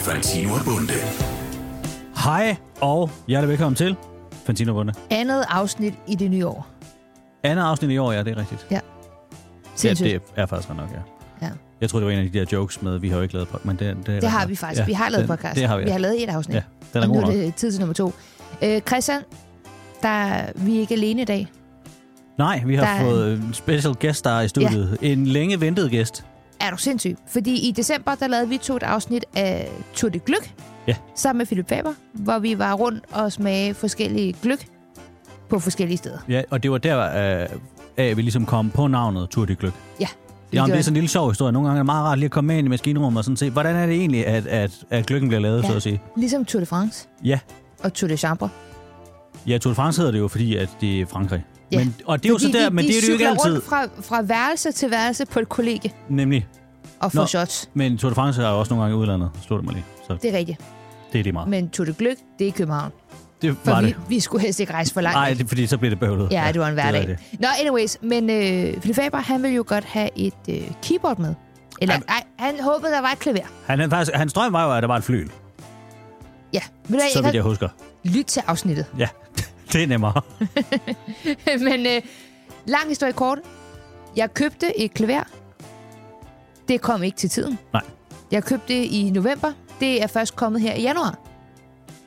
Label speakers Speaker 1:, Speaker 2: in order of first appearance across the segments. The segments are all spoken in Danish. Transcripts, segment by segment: Speaker 1: Fantino og Bunde.
Speaker 2: Hej og hjertelig velkommen til Fantino Bunde.
Speaker 3: Andet afsnit i det nye år.
Speaker 2: Andet afsnit i år, ja, det er rigtigt. Ja,
Speaker 3: Sindssygt.
Speaker 2: det er faktisk ret nok, ja.
Speaker 3: Ja.
Speaker 2: Jeg tror, det var en af de der jokes med, vi har jo ikke lavet podcast. Men det, det, er
Speaker 3: det
Speaker 2: ret
Speaker 3: har
Speaker 2: nok.
Speaker 3: vi faktisk. Vi har lavet
Speaker 2: den,
Speaker 3: podcast.
Speaker 2: Det har vi.
Speaker 3: vi har lavet et afsnit.
Speaker 2: Ja, den er
Speaker 3: og nu
Speaker 2: god
Speaker 3: er
Speaker 2: nok.
Speaker 3: det tid til nummer to. Øh, Christian, der, vi er ikke alene i dag.
Speaker 2: Nej, vi har
Speaker 3: Der er-
Speaker 2: fået øh, en special guest, der er i studiet. Ja. En længe ventet gæst.
Speaker 3: Er du sindssyg? Fordi i december, der lavede vi to et afsnit af Tour de Gløk.
Speaker 2: Ja.
Speaker 3: Sammen med Philip Faber, hvor vi var rundt og smagte forskellige gløk på forskellige steder.
Speaker 2: Ja, og det var der, øh, af, vi ligesom kom på navnet Tour de Gløk.
Speaker 3: Ja.
Speaker 2: Jamen, det er sådan en lille sjov historie. Nogle gange er det meget rart lige at komme med ind i maskinrummet og sådan se, hvordan er det egentlig, at, at, at gløkken bliver lavet, ja.
Speaker 3: Ja.
Speaker 2: så at sige.
Speaker 3: Ligesom Tour de France
Speaker 2: Ja,
Speaker 3: og Tour de Chambre.
Speaker 2: ja Tour de France hedder det jo, fordi at det er Frankrig.
Speaker 3: Ja.
Speaker 2: Men, og det er jo så der, men det er det jo ikke
Speaker 3: cykler
Speaker 2: altid.
Speaker 3: rundt fra, fra værelse til værelse på et kollegie
Speaker 2: Nemlig.
Speaker 3: og får
Speaker 2: Nå.
Speaker 3: shots.
Speaker 2: Men Tour de France er jo også nogle gange i udlandet, slog det mig lige. Så
Speaker 3: Det er rigtigt.
Speaker 2: det er lige meget.
Speaker 3: Men Tour de Gløk, det er i København.
Speaker 2: Det
Speaker 3: For
Speaker 2: var
Speaker 3: vi,
Speaker 2: det.
Speaker 3: vi skulle helst ikke rejse for langt.
Speaker 2: Nej, det, fordi så bliver det bøvlet.
Speaker 3: Ja, det var en hverdag.
Speaker 2: det.
Speaker 3: Nå, anyways, men øh, Philip Faber, han ville jo godt have et øh, keyboard med. Eller,
Speaker 2: Ej,
Speaker 3: nej, han håbede, der var et klaver.
Speaker 2: Han, han, faktisk, hans drøm var jo, at der var et fly,
Speaker 3: Ja, men jeg,
Speaker 2: så
Speaker 3: jeg
Speaker 2: vidt
Speaker 3: kan
Speaker 2: jeg husker.
Speaker 3: lytte til afsnittet.
Speaker 2: Ja, det er nemmere.
Speaker 3: men øh, lang historie kort. Jeg købte et klaver. Det kom ikke til tiden.
Speaker 2: Nej.
Speaker 3: Jeg købte det i november. Det er først kommet her i januar.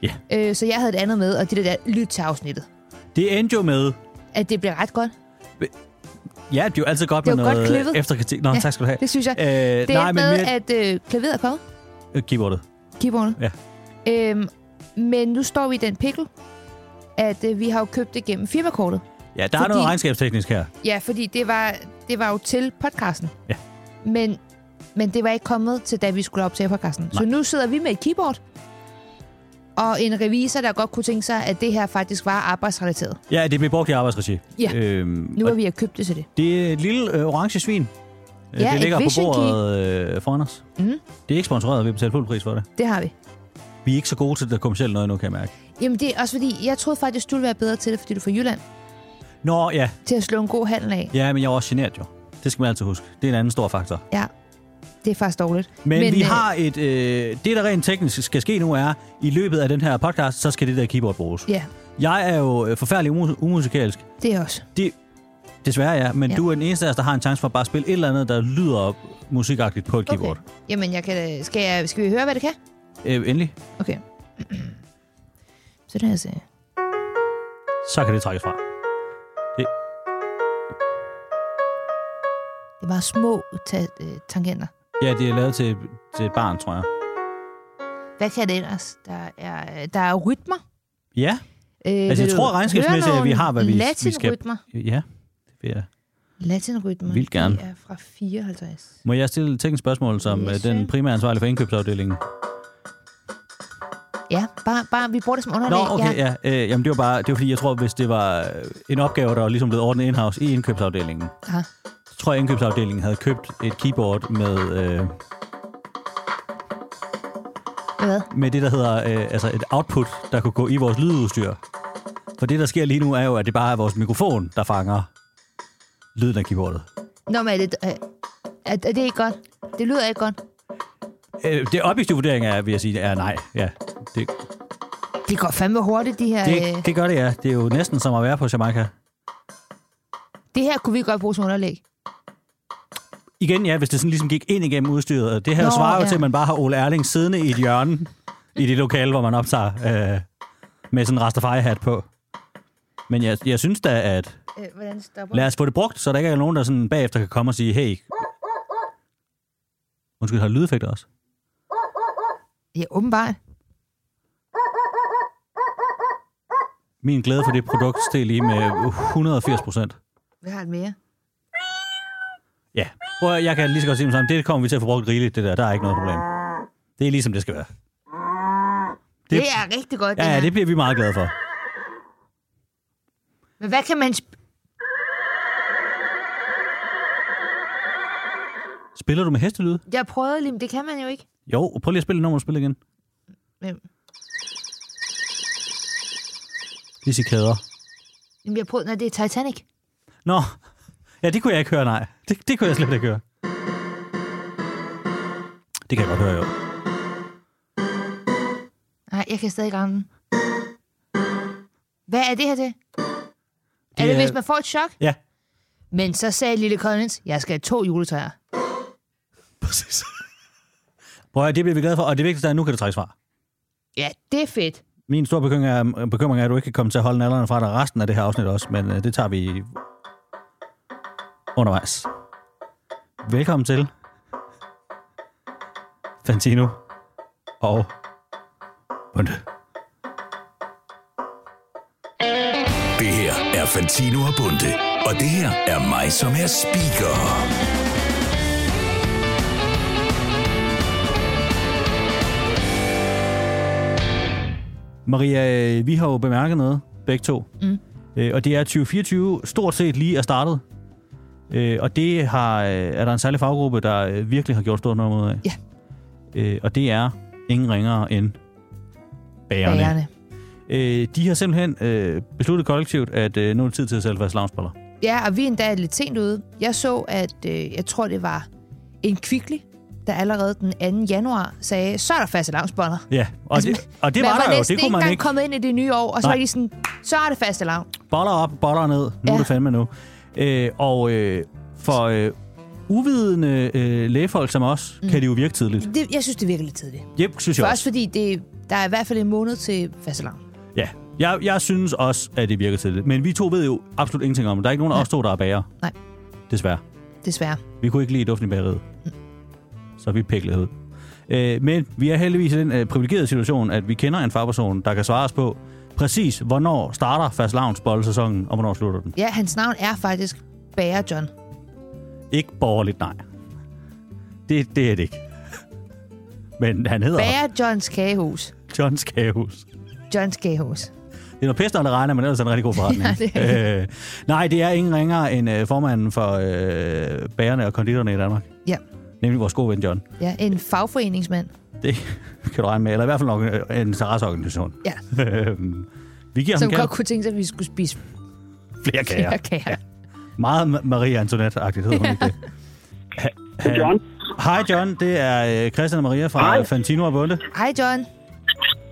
Speaker 2: Ja.
Speaker 3: Øh, så jeg havde et andet med, og det der, lyt til afsnittet.
Speaker 2: Det endte jo med...
Speaker 3: At det blev ret godt.
Speaker 2: Ja, det er jo altid godt
Speaker 3: Det er
Speaker 2: med
Speaker 3: jo godt
Speaker 2: noget
Speaker 3: klippet.
Speaker 2: efterkritik. Nå, ja,
Speaker 3: Ja,
Speaker 2: tak skal du have.
Speaker 3: Det synes jeg.
Speaker 2: Øh,
Speaker 3: Det
Speaker 2: nej,
Speaker 3: er
Speaker 2: men
Speaker 3: med,
Speaker 2: mere
Speaker 3: at øh, klaveret er kommet.
Speaker 2: at... keyboardet.
Speaker 3: keyboardet.
Speaker 2: Ja.
Speaker 3: Øhm, men nu står vi i den pickle, at øh, vi har jo købt det gennem firmakortet.
Speaker 2: Ja, der er
Speaker 3: Fordi-
Speaker 2: noget regnskabsteknisk her.
Speaker 3: Ja, fordi det var, det var jo til podcasten.
Speaker 2: Ja.
Speaker 3: Men, men det var ikke kommet til, da vi skulle optage podcasten. Nej. Så nu sidder vi med et keyboard og en revisor, der godt kunne tænke sig, at det her faktisk var arbejdsrelateret.
Speaker 2: Ja, det bliver brugt i arbejdsregi.
Speaker 3: Ja.
Speaker 2: Øhm,
Speaker 3: Nu
Speaker 2: og
Speaker 3: har vi har købt det til det.
Speaker 2: Det er et lille øh, orange svin. Øh,
Speaker 3: Ja,
Speaker 2: det
Speaker 3: et
Speaker 2: ligger på
Speaker 3: vision key.
Speaker 2: bordet øh, foran os.
Speaker 3: Mhm.
Speaker 2: Det er ikke sponsoreret, vi betaler fuld pris for det.
Speaker 3: Det har vi.
Speaker 2: Vi er ikke så gode til det kommercielle noget nu, kan jeg mærke.
Speaker 3: Jamen, det er også fordi, jeg troede faktisk, du ville være bedre til det, fordi du er fra Jylland,
Speaker 2: Nå, ja.
Speaker 3: til at slå en god handel af.
Speaker 2: Ja, men jeg er også generet jo. Det skal man altid huske. Det er en anden stor faktor.
Speaker 3: Ja, det er faktisk dårligt.
Speaker 2: Men, men vi
Speaker 3: øh,
Speaker 2: har et... Øh, det, der rent teknisk skal ske nu, er, i løbet af den her podcast, så skal det der keyboard bruges.
Speaker 3: Ja,
Speaker 2: Jeg er jo øh, forfærdelig umu- umusikalsk.
Speaker 3: det er også.
Speaker 2: Desværre ja, men ja.
Speaker 3: Ja.
Speaker 2: du er den eneste af os, der har en chance for at bare spille et eller andet, der lyder op musikagtigt på et okay. keyboard.
Speaker 3: Jamen, jeg kan, da- skal, jeg, skal vi høre, hvad det kan?
Speaker 2: Øh, endelig.
Speaker 3: Okay. Så der altså.
Speaker 2: Så kan det trækkes fra.
Speaker 3: Det er bare små ta- øh, tangenter.
Speaker 2: Ja, det er lavet til, til et barn, tror jeg.
Speaker 3: Hvad kan det ellers? Der er, øh, der er rytmer.
Speaker 2: Ja,
Speaker 3: Øh,
Speaker 2: Altså, jeg tror regnskabsmæssigt, at vi har, hvad vi- vi skal-
Speaker 3: Latinrytmer.
Speaker 2: ja. Det vil jeg.
Speaker 3: Latinrytmer.
Speaker 2: Vildt gerne.
Speaker 3: De er fra 54.
Speaker 2: Må jeg stille et teknisk spørgsmål, som
Speaker 3: Yes,
Speaker 2: yes, den
Speaker 3: sir.
Speaker 2: primære ansvarlige for indkøbsafdelingen?
Speaker 3: Ja, bare, bare vi bruger det som
Speaker 2: Nå,
Speaker 3: underlag.
Speaker 2: okay,
Speaker 3: ja.
Speaker 2: ja. Øh, jamen, det var bare, det var fordi, jeg tror, hvis det var øh, en opgave, der var ligesom blevet ordnet in-house i indkøbsafdelingen,
Speaker 3: Aha.
Speaker 2: så tror jeg, indkøbsafdelingen havde købt et keyboard med, øh,
Speaker 3: Hvad?
Speaker 2: med det, der hedder øh, altså et output, der kunne gå i vores lydudstyr. For det, der sker lige nu, er jo, at det bare er vores mikrofon, der fanger lyden af keyboardet.
Speaker 3: Nå, men er det, øh, er, er det ikke godt? Det lyder ikke godt.
Speaker 2: Øh, det objektive vurdering er, vil jeg sige, er nej. Ja, det,
Speaker 3: Det går fandme hurtigt, de her... øh,
Speaker 2: det, det gør det, ja. Det er jo næsten som at være på Jamaica.
Speaker 3: det her kunne vi godt bruge som underlag.
Speaker 2: Igen, ja, hvis det sådan ligesom gik ind igennem udstyret. Og Det her Nå,
Speaker 3: Nå,
Speaker 2: svarer jo ja.
Speaker 3: ja.
Speaker 2: til, at man bare har Ole Erling siddende i et hjørne i det lokale, hvor man optager øh, med sådan en Rastafari-hat på. Men jeg, jeg synes da, at
Speaker 3: Øh, hvordan stopper
Speaker 2: lad os få det brugt, så der ikke er nogen, der sådan bagefter kan komme og sige, hey, undskyld, har det lydeffekter også?
Speaker 3: Ja, åbenbart.
Speaker 2: Min glæde for det produkt steg lige med 180 procent.
Speaker 3: Vi har et mere.
Speaker 2: Ja, Prøv, at- jeg kan lige så godt sige det sammen. Det kommer vi til at få brugt rigeligt, det der. Der er ikke noget problem. Det er ligesom det skal være.
Speaker 3: Det, det er rigtig godt,
Speaker 2: Ja,
Speaker 3: her.
Speaker 2: ja, det bliver vi meget glade for.
Speaker 3: Men hvad kan man... Sp-
Speaker 2: Spiller du med hestelyd?
Speaker 3: jeg prøvede lige, men det kan man jo ikke.
Speaker 2: Jo, prøv lige at spille et nummer, du spiller igen.
Speaker 3: Men,
Speaker 2: Det er cikader.
Speaker 3: jamen, jeg prøvede... Nej, det er Titanic.
Speaker 2: Nå, ja, det kunne jeg ikke høre, nej. Det, det kunne jeg slet ikke høre. Det kan jeg godt høre, jo.
Speaker 3: Jeg kan stadig ramme den. Hvad er det her til? er
Speaker 2: Det
Speaker 3: det,
Speaker 2: er-
Speaker 3: hvis man får et chok?
Speaker 2: Ja,
Speaker 3: Men så sagde lille Collins, jeg skal have to juletræer.
Speaker 2: præcis. Prøv at høre, det bliver vi glade for, og det vigtigste er, at nu kan du trække svar.
Speaker 3: Ja, det er fedt.
Speaker 2: Min store bekymring er, bekymring er, at du ikke kan komme til at holde nallerne fra dig resten af det her afsnit også, men øh, det tager vi undervejs. Velkommen til Fantino og Bunde.
Speaker 1: Det her er Fantino og Bunde, og det her er mig, som er speaker.
Speaker 2: Maria, øh, vi har jo bemærket noget, begge to. Mm. Øh, og det er at 2024 stort set lige er startet. Øh, og det har, øh, er der en særlig faggruppe, der øh, virkelig har gjort stort nummer ud af.
Speaker 3: Ja.
Speaker 2: Øh, og det er ingen ringere end bagerne. bagerne.
Speaker 3: Bærerne.
Speaker 2: Øh, de har simpelthen øh, besluttet kollektivt, at øh, nu er det tid til at sælge fast loungeballer.
Speaker 3: Ja, og vi er endda lidt sent ude. Jeg så, at øh, jeg tror, det var en kvickly, der allerede den 2. januar sagde, så er der faste lavnsbånder.
Speaker 2: Ja, og altså, det, og det
Speaker 3: man
Speaker 2: var der jo.
Speaker 3: næsten
Speaker 2: Det kunne man
Speaker 3: engang
Speaker 2: ikke.
Speaker 3: kommet ind i det nye år, og så
Speaker 2: Nej.
Speaker 3: var de sådan, så er det faste lavn.
Speaker 2: Boller op, boller ned. Nu ja.
Speaker 3: Ja.
Speaker 2: er det fandme nu. Øh, og øh, for øh, uvidende øh, lægefolk som os, mm. kan det jo virke tidligt.
Speaker 3: Det, jeg synes, det virker lidt tidligt.
Speaker 2: Jep, synes jeg
Speaker 3: For
Speaker 2: også.
Speaker 3: også fordi, det, der er i hvert fald en måned til faste lavn.
Speaker 2: Ja, jeg, jeg synes også, at det virker til det. Men vi to ved jo absolut ingenting om det. Der er ikke nogen af os to, der er bager.
Speaker 3: Nej.
Speaker 2: Desværre.
Speaker 3: Desværre.
Speaker 2: Vi kunne ikke lide duften i bageriet. Så vi piklede ud. Øh, men vi er heldigvis i den øh, privilegerede situation, at vi kender en fagperson, der kan svare os på, præcis hvornår starter fast sæsonen og hvornår slutter den.
Speaker 3: Ja, hans navn er faktisk Bager John.
Speaker 2: Ikke borgerligt, nej. Det, det er det ikke. Men han hedder
Speaker 3: Bager Johns Kagehus.
Speaker 2: John Skavus.
Speaker 3: Johns Kagehus.
Speaker 2: Det er noget pisse, når det regner, men ellers er det en rigtig god forretning.
Speaker 3: Ja,
Speaker 2: det øh, nej, det er ingen ringere end øh, formanden for øh, bagerne og konditorerne i Danmark.
Speaker 3: Ja.
Speaker 2: Nemlig vores gode ven John.
Speaker 3: ja, en fagforeningsmand.
Speaker 2: Det kan du regne med. Eller i hvert fald nok en- en interesseorganisation.
Speaker 3: Ja,
Speaker 2: Øh, vi giver
Speaker 3: som
Speaker 2: ham kald.
Speaker 3: godt kunne tænke sig, at vi skulle spise
Speaker 2: flere kager.
Speaker 3: flere kager.
Speaker 2: Meget Ma- Maria Antoinette-agtigt hedder hun ikke det.
Speaker 4: Det er John.
Speaker 2: Hej John, det er øh, Christian og Maria fra
Speaker 4: Hej.
Speaker 2: Fantino og Bunde.
Speaker 3: Hej John.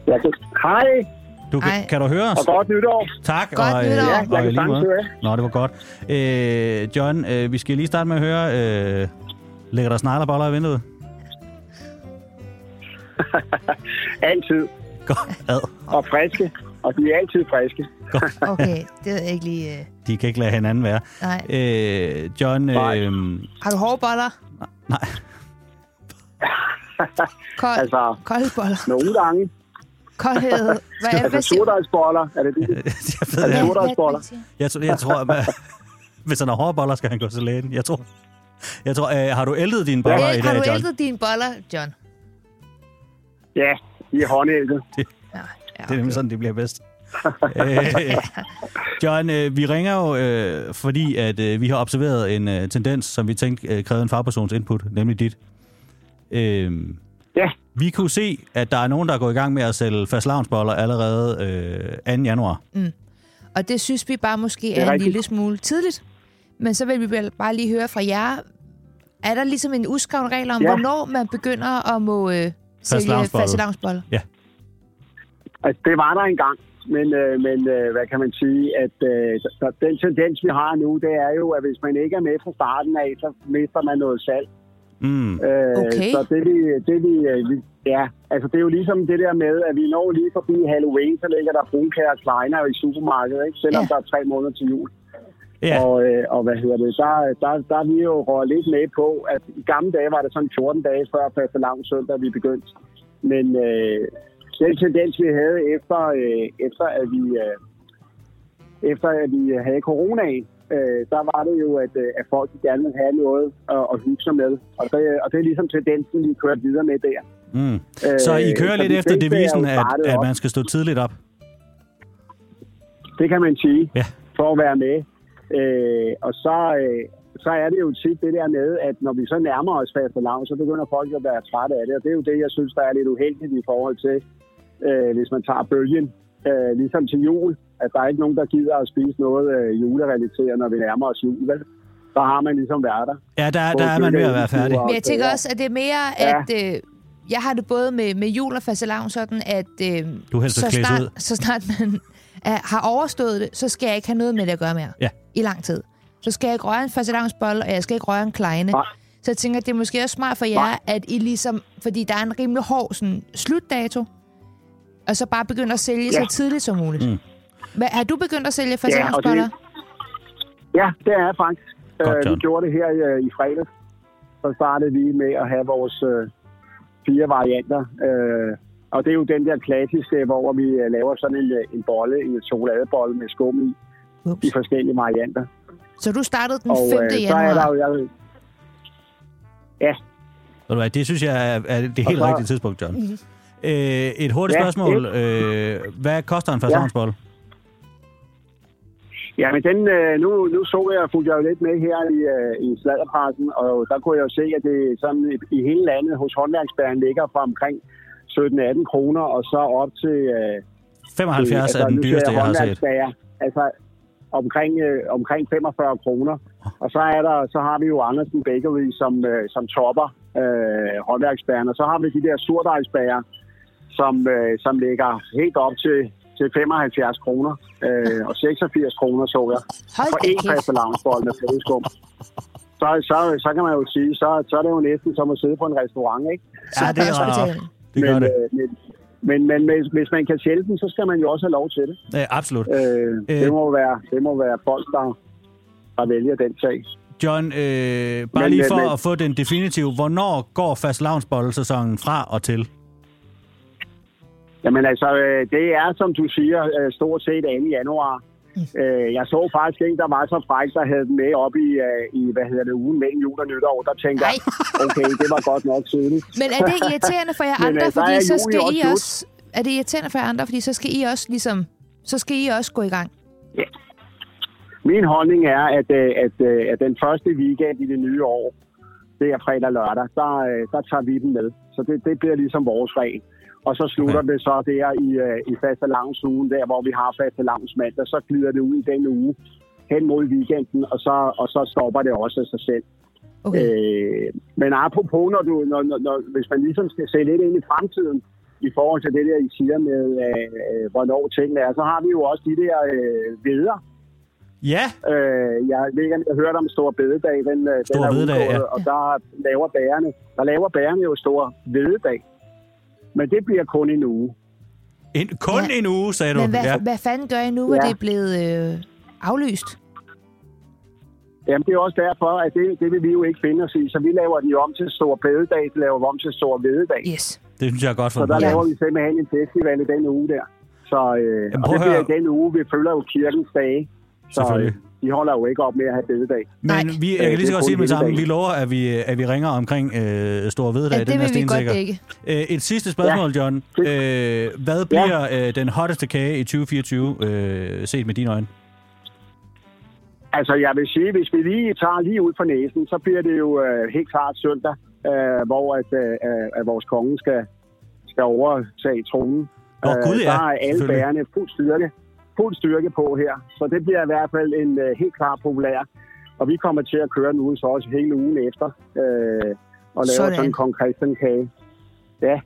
Speaker 4: Jeg kan... Hej,
Speaker 2: Du, kan,
Speaker 3: Hej.
Speaker 2: kan du høre os?
Speaker 4: og godt nytår.
Speaker 2: Tak.
Speaker 3: Godt
Speaker 2: og, øh,
Speaker 3: nytår. Ja, jeg
Speaker 2: og
Speaker 4: kan
Speaker 2: i lige
Speaker 4: sagtens
Speaker 2: måde.
Speaker 4: høre.
Speaker 2: Nå, det var godt. Øh, John, øh, vi skal lige starte med at høre, øh, ligger der sneglerboller i vinduet?
Speaker 4: Altid.
Speaker 2: Godt ad.
Speaker 4: Og friske. Og de er altid friske.
Speaker 2: Godt.
Speaker 3: Okay, det ved jeg ikke lige... øh,
Speaker 2: De kan ikke lade hinanden være.
Speaker 3: Nej.
Speaker 2: Øh, John,
Speaker 4: Nej.
Speaker 2: øh,
Speaker 3: Har du hårde boller?
Speaker 2: nej,
Speaker 3: Kold, altså...
Speaker 4: Altså,
Speaker 3: Kolde boller?
Speaker 4: nogle gange.
Speaker 3: Koldhed? Hvad er det,
Speaker 4: Altså,
Speaker 3: hvad siger du?
Speaker 4: surdejsboller. Er det det?
Speaker 2: jeg ved det.
Speaker 3: Hvad-
Speaker 2: ikke.
Speaker 3: hvad er det,
Speaker 4: Surdejsboller.
Speaker 3: man siger?
Speaker 2: Jeg, tror- jeg tror, at, hvis han har hårde boller, skal han gå til lægen. Jeg tror, jeg tror øh, har du ældet dine boller i dag,
Speaker 3: El- Har du
Speaker 2: John?
Speaker 3: ældet dine boller, John?
Speaker 4: Ja, de er håndældet.
Speaker 3: Nå, ja,
Speaker 2: Det er nemlig
Speaker 3: okay.
Speaker 2: sådan, det bliver bedst. øh, John, øh, vi ringer jo, øh, fordi at øh, vi har observeret en øh, tendens, som vi tænkte øh, krævede en fagpersons input, nemlig dit. Øh,
Speaker 4: Ja,
Speaker 2: vi kunne se, at der er nogen, der er gået i gang med at sælge fastlavnsboller allerede øh, 2. januar.
Speaker 3: Og det synes vi bare måske
Speaker 4: er
Speaker 3: er, er en
Speaker 4: rigtigt.
Speaker 3: lille smule tidligt. Men så vil vi vel bare lige høre fra jer. Er der ligesom en uskreven regel om, ja.
Speaker 4: Ja.
Speaker 3: hvornår man begynder at må øh, sælge
Speaker 2: lavnsbolle.
Speaker 3: fastelavnsboller?
Speaker 4: altså, det var der engang. Men, øh, men øh, hvad kan man sige, at øh, så den tendens, vi har nu, det er jo, at hvis man ikke er med fra starten af, så mister man noget salg.
Speaker 2: Mm.
Speaker 4: Øh,
Speaker 3: Okay.
Speaker 4: Så det vi, det vi, øh, vi, ja, altså det er jo ligesom det der med, at vi når lige forbi Halloween, så ligger der brunkager og kleiner i supermarkedet, ikke? selvom
Speaker 3: Ja.
Speaker 4: ja. der er tre måneder til jul.
Speaker 2: Ja,
Speaker 4: Og, øh, og hvad hedder det, der, der, der er vi jo røget lidt med på, at i gamle dage var det sådan 14 dage før faste lavn søndag, vi begyndte. Men øh, den tendens, vi havde efter, øh, efter at vi... Øh, efter at vi havde corona, øh, der var det jo, at, øh, at folk gerne ville have noget at, at hygge sig med. Og det, og det er ligesom tendensen, vi kører videre med der.
Speaker 2: mm. Så I kører lidt
Speaker 4: øh, de
Speaker 2: efter
Speaker 4: fleste er jo
Speaker 2: devisen, at,
Speaker 4: startet
Speaker 2: at
Speaker 4: op.
Speaker 2: man skal stå tidligt op.
Speaker 4: Det kan man sige,
Speaker 2: Ja.
Speaker 4: for at være med. Øh, og så, øh, så er det jo tit det der med, at når vi så nærmer os faste lavn, så begynder folk at være trætte af det. Og det er jo det, jeg synes, der er lidt uheldigt i forhold til, øh, hvis man tager bølgen, øh, ligesom til jul, at der er ikke nogen, der gider at spise noget øh, julerelateret, når vi nærmer os jul. Vel? Så har man ligesom været der.
Speaker 2: Ja, der, der er man ved at være færdig.
Speaker 4: Og
Speaker 3: Men jeg tænker
Speaker 4: bedre.
Speaker 3: også, at det er mere,
Speaker 4: Ja.
Speaker 3: at øh, Jeg har det både med, med jul og fastelavn sådan, at øh,
Speaker 2: Du er helst
Speaker 3: så,
Speaker 2: at klæde
Speaker 3: snart,
Speaker 2: ud.
Speaker 3: så snart man er, har overstået det, så skal jeg ikke have noget med det at gøre mere.
Speaker 2: Ja.
Speaker 3: I lang tid. Så skal jeg ikke røre en fastelavnsbolle, og jeg skal ikke røre en kleine.
Speaker 4: Nej.
Speaker 3: Så jeg tænker, at det er måske også smart for jer, at I ligesom... Fordi der er en rimelig hård sådan, slutdato, og så bare begynde at sælge ja.
Speaker 4: Ja.
Speaker 3: så tidligt som muligt. Mm. Hvad, har du begyndt at sælge fastelavnsboller?
Speaker 4: Ja, og Ja, det er jeg faktisk.
Speaker 2: Godt,
Speaker 4: øh, vi
Speaker 2: John.
Speaker 4: gjorde det her øh, i fredag. Så startede vi med at have vores øh, fire varianter. Øh, og det er jo den der klassiske, hvor vi øh, laver sådan en, øh, en bolle, en chokoladebolle med skum i,
Speaker 3: Ups.
Speaker 4: i forskellige varianter.
Speaker 3: Så du startede den 5.
Speaker 4: og øh, så
Speaker 3: januar?
Speaker 4: er der jo... Jeg, ja,
Speaker 2: Ved du hvad, det synes jeg er, er det helt
Speaker 4: så-
Speaker 2: rigtige tidspunkt, John.
Speaker 3: Mhm.
Speaker 2: Øh, et hurtigt
Speaker 4: Ja,
Speaker 2: spørgsmål. Øh, hvad koster en fastelavnsbolle?
Speaker 4: Ja, men den, øh, nu, nu så jeg, fulgte jeg jo lidt med her i, øh, i sladderpressen, og der kunne jeg jo se, at det sådan i, i hele landet hos håndværksbæren ligger fra omkring 17-18 kroner, og så op til... Øh,
Speaker 2: 75
Speaker 4: altså,
Speaker 2: er
Speaker 4: nu
Speaker 2: den
Speaker 4: siger
Speaker 2: dyreste, jeg har set.
Speaker 4: håndværksbager, Altså omkring, øh, omkring 45 kroner. Og så, er der, så har vi jo Andersen Bakery, som, øh, som topper øh, håndværksbagerne. Og så har vi de der surdejsbager, som, øh, som ligger helt op til, til 75 kroner øh, og 86 kroner, så jeg.
Speaker 3: Hold
Speaker 4: For
Speaker 3: da
Speaker 4: én
Speaker 3: kæft.
Speaker 4: fastelavnsbold med flødeskum. Så, så, så kan man jo sige, så, så er det jo næsten som at sidde på en restaurant, ikke?
Speaker 2: Ja, det er
Speaker 3: Så-
Speaker 2: rart. Det gør
Speaker 4: men,
Speaker 2: det.
Speaker 4: øh, men, men, men hvis, hvis man kan sælge den, så skal man jo også have lov til det.
Speaker 2: Øh, absolut.
Speaker 4: Øh,
Speaker 2: Øh.
Speaker 4: det, må være, det må være folk, der, der vælger den sag.
Speaker 2: John, øh, bare
Speaker 4: Men,
Speaker 2: lige
Speaker 4: øh,
Speaker 2: for
Speaker 4: men-
Speaker 2: at få den definitive, hvornår går fastelavnsbolle-sæsonen fra og til?
Speaker 4: Jamen altså, øh, det er, som du siger, øh, stort set 2. januar. Øh, Jeg så faktisk en, der var så fræk, der havde den med op i, øh, i hvad hedder det, ugen mellem jul og nytår. Der tænkte jeg,
Speaker 3: Ej.
Speaker 4: okay, det var godt nok tidligt.
Speaker 3: Men er det irriterende for jer
Speaker 4: Men,
Speaker 3: andre,
Speaker 4: øh, der
Speaker 3: fordi
Speaker 4: er
Speaker 3: så
Speaker 4: juni
Speaker 3: skal
Speaker 4: også
Speaker 3: I
Speaker 4: slut.
Speaker 3: også... Er det irriterende for jer andre, fordi så skal I også ligesom... Så skal I også gå i gang.
Speaker 4: Min holdning er, at, øh, at, øh, at den første weekend i det nye år, det er fredag og lørdag, der, øh, der tager vi den med. Så det, det bliver ligesom vores regel. Og så slutter
Speaker 2: Okay.
Speaker 4: okay. det så der i, øh, i faste ugen, der hvor vi har faste mandag, så glider det ud i den uge hen mod weekenden, og så, og så stopper det også af sig selv.
Speaker 3: Okay.
Speaker 4: Øh, men apropos, når du, når, når, når, hvis man ligesom skal se lidt ind i fremtiden, i forhold til det der, I siger med, øh, øh, hvornår tingene er, så har vi jo også de der øh, veder,
Speaker 2: Ja,
Speaker 4: Øh, jeg ved ikke, om jeg hørte om Stor Bededag. Den, øh, den
Speaker 2: Store
Speaker 4: er
Speaker 2: Bededag,
Speaker 4: udgået,
Speaker 2: ja.
Speaker 4: Og der laver bærerne, der laver bærerne jo Stor Bededag. Men det bliver kun en uge.
Speaker 2: en, kun
Speaker 3: Ja.
Speaker 2: en uge, sagde du.
Speaker 3: Men hvad,
Speaker 2: ja.
Speaker 3: ja. hvad fanden gør I nu, hvor
Speaker 4: Ja.
Speaker 3: det er blevet øh, aflyst?
Speaker 4: Jamen, det er også derfor, at det, det vil vi jo ikke finde os i. Så vi laver den jo om til Stor Bededag, så laver vi om til Stor Bededag.
Speaker 3: Yes.
Speaker 2: Det synes jeg er godt for
Speaker 4: Så der
Speaker 2: en
Speaker 4: ja.
Speaker 3: Ja.
Speaker 4: laver vi simpelthen en festival i den uge der. Så øh,
Speaker 2: Jamen,
Speaker 4: og
Speaker 2: prøv
Speaker 4: det
Speaker 2: at
Speaker 4: bliver
Speaker 2: høre.
Speaker 4: i den uge, vi følger jo kirkens dage. Så øh,
Speaker 2: Selvfølgelig.
Speaker 4: de holder jo ikke op med at have bededag.
Speaker 3: Nej.
Speaker 2: Men vi, jeg kan
Speaker 4: Øh,
Speaker 2: lige
Speaker 4: det
Speaker 2: så
Speaker 4: er
Speaker 2: godt
Speaker 4: kun
Speaker 2: sige med det samme.
Speaker 4: helligdag.
Speaker 2: Vi lover, at vi, at vi ringer omkring øh, Store Veddag.
Speaker 3: Ja,
Speaker 2: den
Speaker 3: det
Speaker 2: er
Speaker 3: vil vi godt
Speaker 2: stensikker.
Speaker 3: dække.
Speaker 2: Øh, et sidste spørgsmål, John. Øh, hvad bliver øh, den hotteste kage i 2024, øh, set med dine øjne?
Speaker 4: Altså, jeg vil sige, hvis vi lige tager lige ud for næsen, så bliver det jo øh, helt klart søndag, øh, hvor at, øh, øh, at vores konge skal, skal overtage tronen. Øh,
Speaker 2: Nå, Gud, ja,
Speaker 4: der er alle
Speaker 2: selvfølgelig.
Speaker 4: bærerne fuld styrke, fuld styrke på her, så det bliver i hvert fald en øh, helt klar populær. Og vi kommer til at køre den ugen så også hele ugen efter, øh, og lave
Speaker 3: Sådan.
Speaker 4: sådan, en kong Christian kage. Ja,